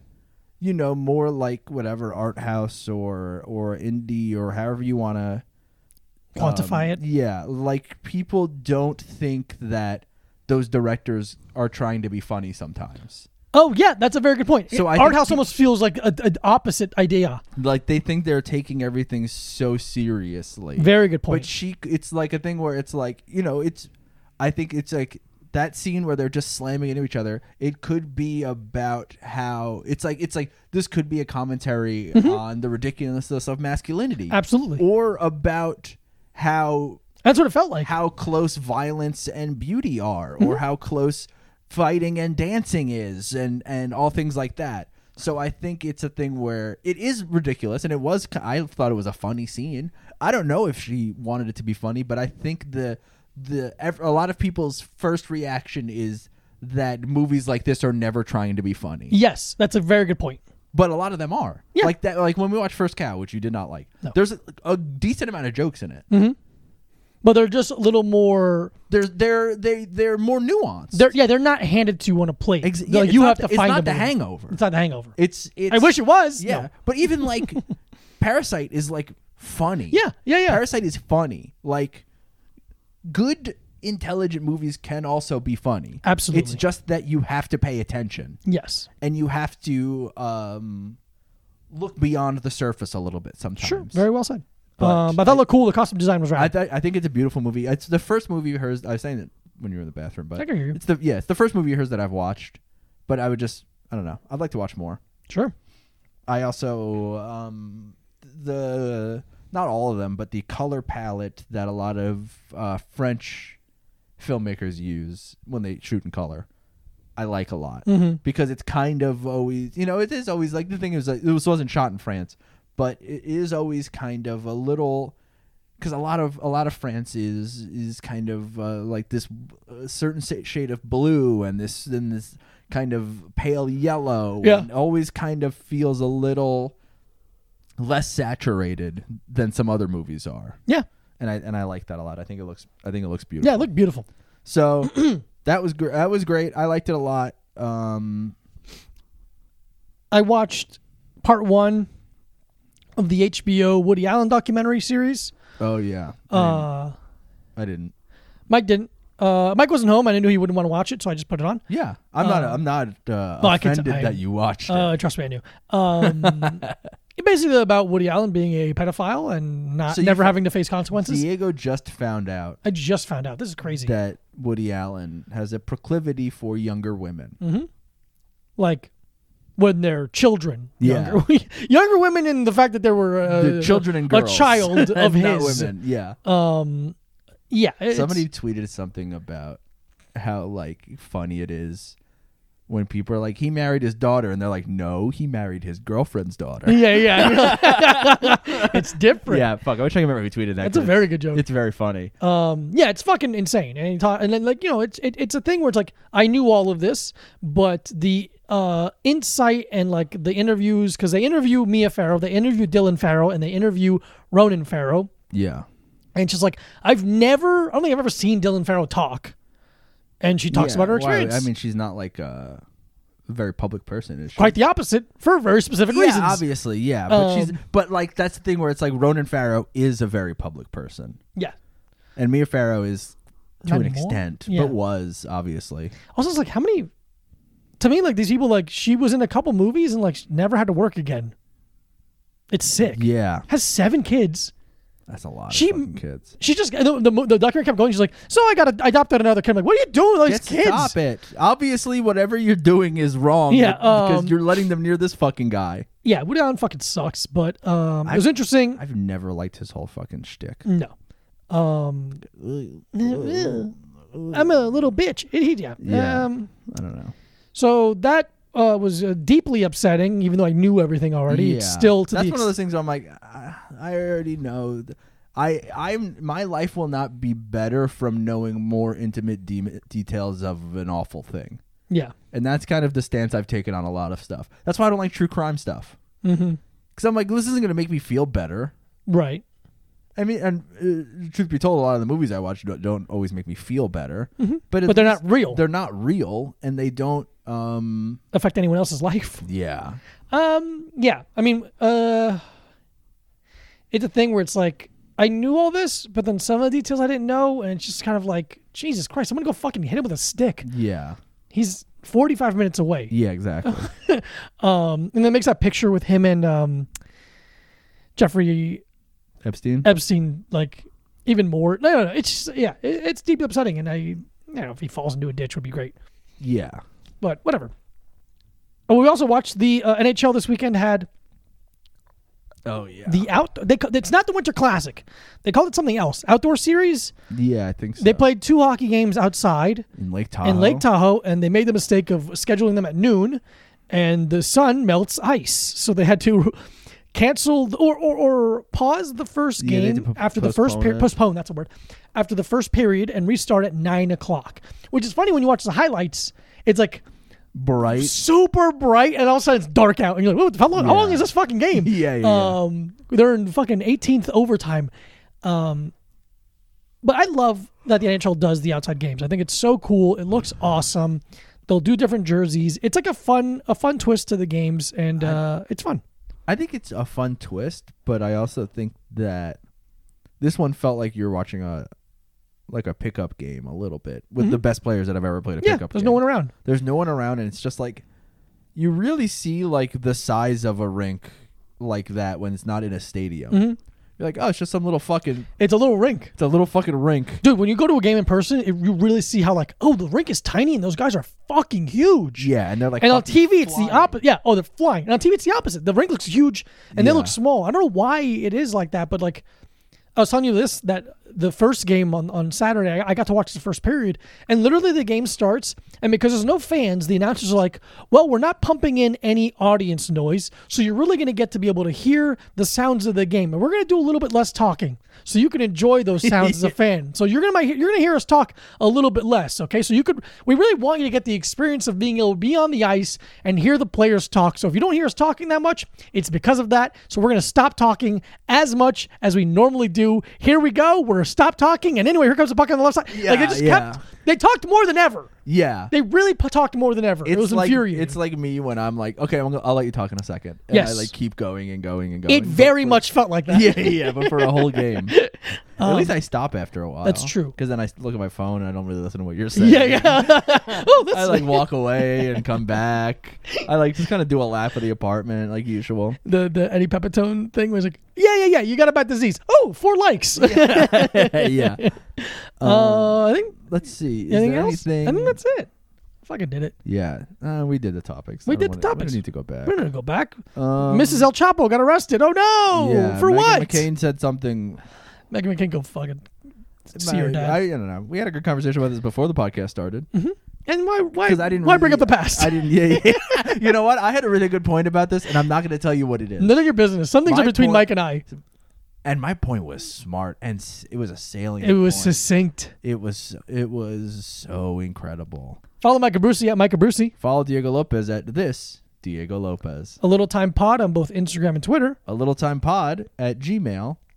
you know more like whatever art house or or indie or however you want to
quantify
Um,
it.
Yeah, like people don't think that those directors are trying to be funny sometimes.
Oh yeah, that's a very good point.
So
So
I
art
think
house
peop-
almost feels like a- an opposite idea.
Like they think they're taking everything so seriously.
Very good point.
But she, it's like a thing where it's like you know, it's. I think it's like that scene where they're just slamming into each other. It could be about how it's like it's like this could be a commentary on the ridiculousness of masculinity,
Mm-hmm. Absolutely.
or about how
that's what it felt like.
how close violence and beauty are or how close fighting and dancing is and and all things like that so i think it's a thing where it is ridiculous and it was ki- i thought it was a funny scene i don't know if she wanted it to be funny but i think the the ev- a lot of people's first reaction is that movies like this are never trying to be funny
yes, that's a very good point.
but a lot of them are.
Yeah.
Like that. Like when we watch First Cow, which you did not like. There's a, a decent amount of jokes in it.
But they're just a little more.
There's they're they they're more nuanced.
They're yeah, they're not handed to you on a plate.
Ex-
They're
yeah,
like,
it's
you
not
have
the-
to
it's
find
not
them
The
in-
Hangover.
It's not the hangover.
It's it's.
I wish it was.
Yeah,
No.
but
[laughs]
even like Parasite is like funny.
Yeah, yeah, yeah.
Parasite is funny. Like good intelligent movies can also be funny. It's
Absolutely.
just that you have to pay attention
Yes.
and you have to um look beyond the surface a little bit sometimes.
Sure. Very well said.
But
um, but that looked cool. The costume design was right.
I, th- I think it's a beautiful movie. It's the first movie of hers. I was saying that when you were in the bathroom. But
I can hear you.
It's the yeah, it's the first movie of hers that I've watched. But I would just I don't know. I'd like to watch more.
Sure.
I also um, the not all of them, but the color palette that a lot of uh, French filmmakers use when they shoot in color, I like a lot because it's kind of always you know it is always like the thing is like, this wasn't shot in France, but it is always kind of a little because a lot of a lot of France is is kind of uh, like this uh, certain sa- shade of blue and this and this kind of pale yellow
Yeah.
and always kind of feels a little less saturated than some other movies are
Yeah.
and I and I like that a lot I think it looks I think it looks beautiful
Yeah. Look beautiful.
so [clears throat] that was gr- that was great I liked it a lot um
I watched part one of the HBO Woody Allen documentary series.
oh yeah I,
Uh,
didn't, I didn't
Mike didn't. Uh, Mike wasn't home. I didn't know he wouldn't want to watch it, so I just put it on.
yeah I'm not I'm not uh,
no, I can t-
offended
I-
that you watched it
Uh, trust me, I knew.
[laughs]
Um, it's basically about Woody Allen being a pedophile and not
So you
never
fi-
having to face consequences.
Diego just found out
I just found out. This is crazy.
that Woody Allen has a proclivity for younger women.
Mm-hmm. Like when they're children,
Yeah.
younger, [laughs] younger women, and the fact that there were uh,
The children and girls.
a
[laughs]
child of
Not
his.
women. Yeah.
Um, yeah, it's-
Somebody tweeted something about how like funny it is when people are like, he married his daughter, and they're like, no, he married his girlfriend's
[laughs] [laughs]
daughter.
Yeah, yeah,
[laughs]
[laughs] it's different.
yeah, fuck. I wish I could remember who tweeted that.
That's a
'cause
very good joke.
It's very funny.
Um, yeah, it's fucking insane. And, he ta- and then, like, you know, it's it, it's a thing where it's like I knew all of this, but the uh, insight and like the interviews because they interview Mia Farrow, they interview Dylan Farrow, and they interview Ronan Farrow,
yeah.
and she's like, I've never, I don't think I've ever seen Dylan Farrow talk, and she talks
Yeah,
about her
why-
experience.
I mean, she's not like a very public person, is she?
quite the opposite for very specific
yeah,
reasons.
obviously, yeah. But she's
Um,
but like that's the thing where it's like Ronan Farrow is a very public person.
Yeah.
And Mia Farrow is to
Not
an
anymore?
extent,
Yeah.
but was obviously.
Also, it's like how many. To me, like these people, like she was in a couple movies and like she never had to work again. It's sick.
Yeah,
Has seven kids.
that's a lot
She-
of fucking kids.
She just the the, the documentary kept going. She's like, so I got a, I adopted another kid. I'm like, what are you doing with all these
Just
kids?
Stop it! Obviously, whatever you're doing is wrong.
Yeah,
because
um,
you're letting them near this fucking guy.
Yeah, Woody Allen fucking sucks. But um, it was interesting.
I've never liked his whole fucking shtick.
no, um, I'm a little bitch. It, yeah.
Yeah.
Um,
I don't know.
so that uh, was uh, deeply upsetting. Even though I knew everything already, it's
Yeah.
still to
that's
the
one of those things. Where I'm like, I, I already know. th- I I'm my life will not be better from knowing more intimate de- details of an awful thing.
yeah.
And that's kind of the stance I've taken on a lot of stuff. That's why I don't like true crime stuff.
Mm-hmm.
Because I'm like, this isn't going to make me feel better.
Right.
I mean, and uh, truth be told, a lot of the movies I watch don't, don't always make me feel better. But, at
Mm-hmm. But they're
least
not real.
They're not real, and they don't. Um,
Affect anyone else's life.
yeah,
Um, yeah. I mean, uh, it's a thing where it's like I knew all this, but then some of the details I didn't know, and it's just kind of like Jesus Christ, I'm gonna go fucking hit him with a stick.
yeah,
He's 45 minutes away.
yeah, exactly.
Um, and then makes that picture with him and um, Jeffrey
Epstein.
Epstein like even more. No, no, no. It's just, yeah, it, it's deeply upsetting, and I, I don't know if he falls into a ditch would be great.
yeah,
but whatever. Oh, we also watched the uh, NHL this weekend had.
Oh, yeah.
The out they ca- it's not the Winter Classic, they called it something else. Outdoor series.
yeah, I think so.
They played two hockey games outside
in Lake Tahoe.
in Lake Tahoe, and they made the mistake of scheduling them at noon, and the sun melts ice, so they had to [laughs] cancel th- or, or or pause the first
Yeah, they had
game
to po-
after the first
postpone
period.
it.
Postpone that's a word. After the first period and restart at nine o'clock, which is funny when you watch the highlights. It's like
bright.
super bright, and all of a sudden it's dark out, and you're like, "What? the- How long? How
Yeah.
long is this fucking game?"
[laughs] Yeah, yeah, yeah.
Um, they're in fucking 18th overtime. Um, but I love that the NHL does the outside games. I think it's so cool. It looks awesome. They'll do different jerseys. It's like a fun, a fun twist to the games, and uh, it's fun.
I think it's a fun twist, but I also think that this one felt like you're watching a like a pickup game a little bit with the best players that I've ever played a
Mm-hmm. Yeah,
pickup.
there's
game.
no one around.
There's no one around, and it's just like you
Mm-hmm.
really see like the size of a rink like that when it's not in a stadium. You're like, oh, it's just some little fucking,
It's a little rink.
it's a little fucking rink.
Dude, when you go to a game in person, it, you really see how like, oh, the rink is tiny and those guys are fucking huge.
Yeah, and they're like,
And on
fucking
TV, it's the
flying.
opposite. Yeah. Oh, they're flying. And on TV, it's the opposite. The rink looks huge, and they
Yeah.
look small. I don't know why it is like that, but like, I was telling you this that the first game on on Saturday, I, I got to watch the first period, and literally the game starts, and because there's no fans, the announcers are like, "Well, we're not pumping in any audience noise, so you're really going to get to be able to hear the sounds of the game, and we're going to do a little bit less talking, so you can enjoy those sounds as a fan. So you're gonna might, you're gonna hear us talk a little bit less, okay? So you could we really want you to get the experience of being able to be on the ice and hear the players talk. So if you don't hear us talking that much, it's because of that. So we're gonna stop talking as much as we normally do. Here we go. We're stop talking, and anyway, here comes the puck on the left side. like they
Yeah,
just
yeah.
kept they talked more than ever.
yeah.
They really p- talked more than ever. it was
like,
infuriating.
It's like me when I'm like, okay, I'm gonna, I'll let you talk in a second. And I
Yes.
like keep going and going and going.
it
But
very
for-
much felt like that.
[laughs] Yeah, yeah, but for a
[laughs]
whole game. At least I stop after a while.
Um, that's true.
Because then I look at my phone and I don't really listen to what you're
[laughs] [laughs]
saying.
yeah, yeah. oh, that's
[laughs] I like walk away and come back. I like just kind of do a lap of the apartment
[laughs]
like usual. [laughs]
the the Eddie Pepitone thing was like, yeah, yeah, yeah, you got about disease. Oh, four likes.
yeah.
uh, I think
Let's see. Um, Is
anything
there
else?
anything?
I think that's it. Fucking did it.
yeah. Uh, we did the topics.
We
I don't
did the
wanna-
topics.
We need to go back.
We're gonna go back.
Um,
Mrs. El Chapo got arrested. Oh no!
yeah,
For
Meghan
what?
McCain said something.
Megan McCain go fucking see her dad.
I, I don't know. We had a good conversation about this before the podcast started.
and why? Why?
Because I didn't.
why bring up
really-
the past?
I didn't. Yeah, yeah. [laughs] you know what? I had a really good point about this, and I'm not going to tell you what it is.
None of your business. Some things
My
are between
point-
Mike and I.
And my point was smart, and s- it was a salient.
It was
point.
succinct.
It was. It was so incredible.
Follow Mike Brucey at Mike Brucey.
Follow Diego Lopez at this Diego Lopez.
A little time pod on both Instagram and Twitter.
A little time pod at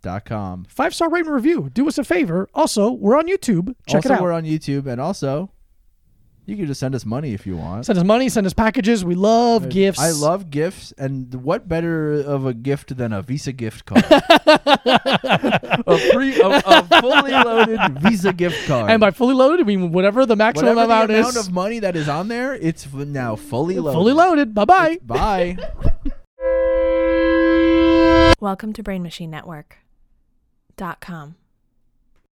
gmail.com.
Five star rating review. Do us a favor. Also, we're on YouTube. Check
also,
it out.
we're on YouTube, and also, you can just send us money if you want.
Send us money, send us packages. We love gifts.
I love gifts, and what better of a gift than a Visa
[laughs]
gift card? a, pre, a, a fully loaded Visa gift card.
And by fully loaded, I mean whatever the maximum
Whatever the
amount
amount
is.
of money that is on there, it's f- now fully loaded.
fully loaded. Bye bye.
Bye.
[laughs]
Welcome to Brain Machine Network. dot com.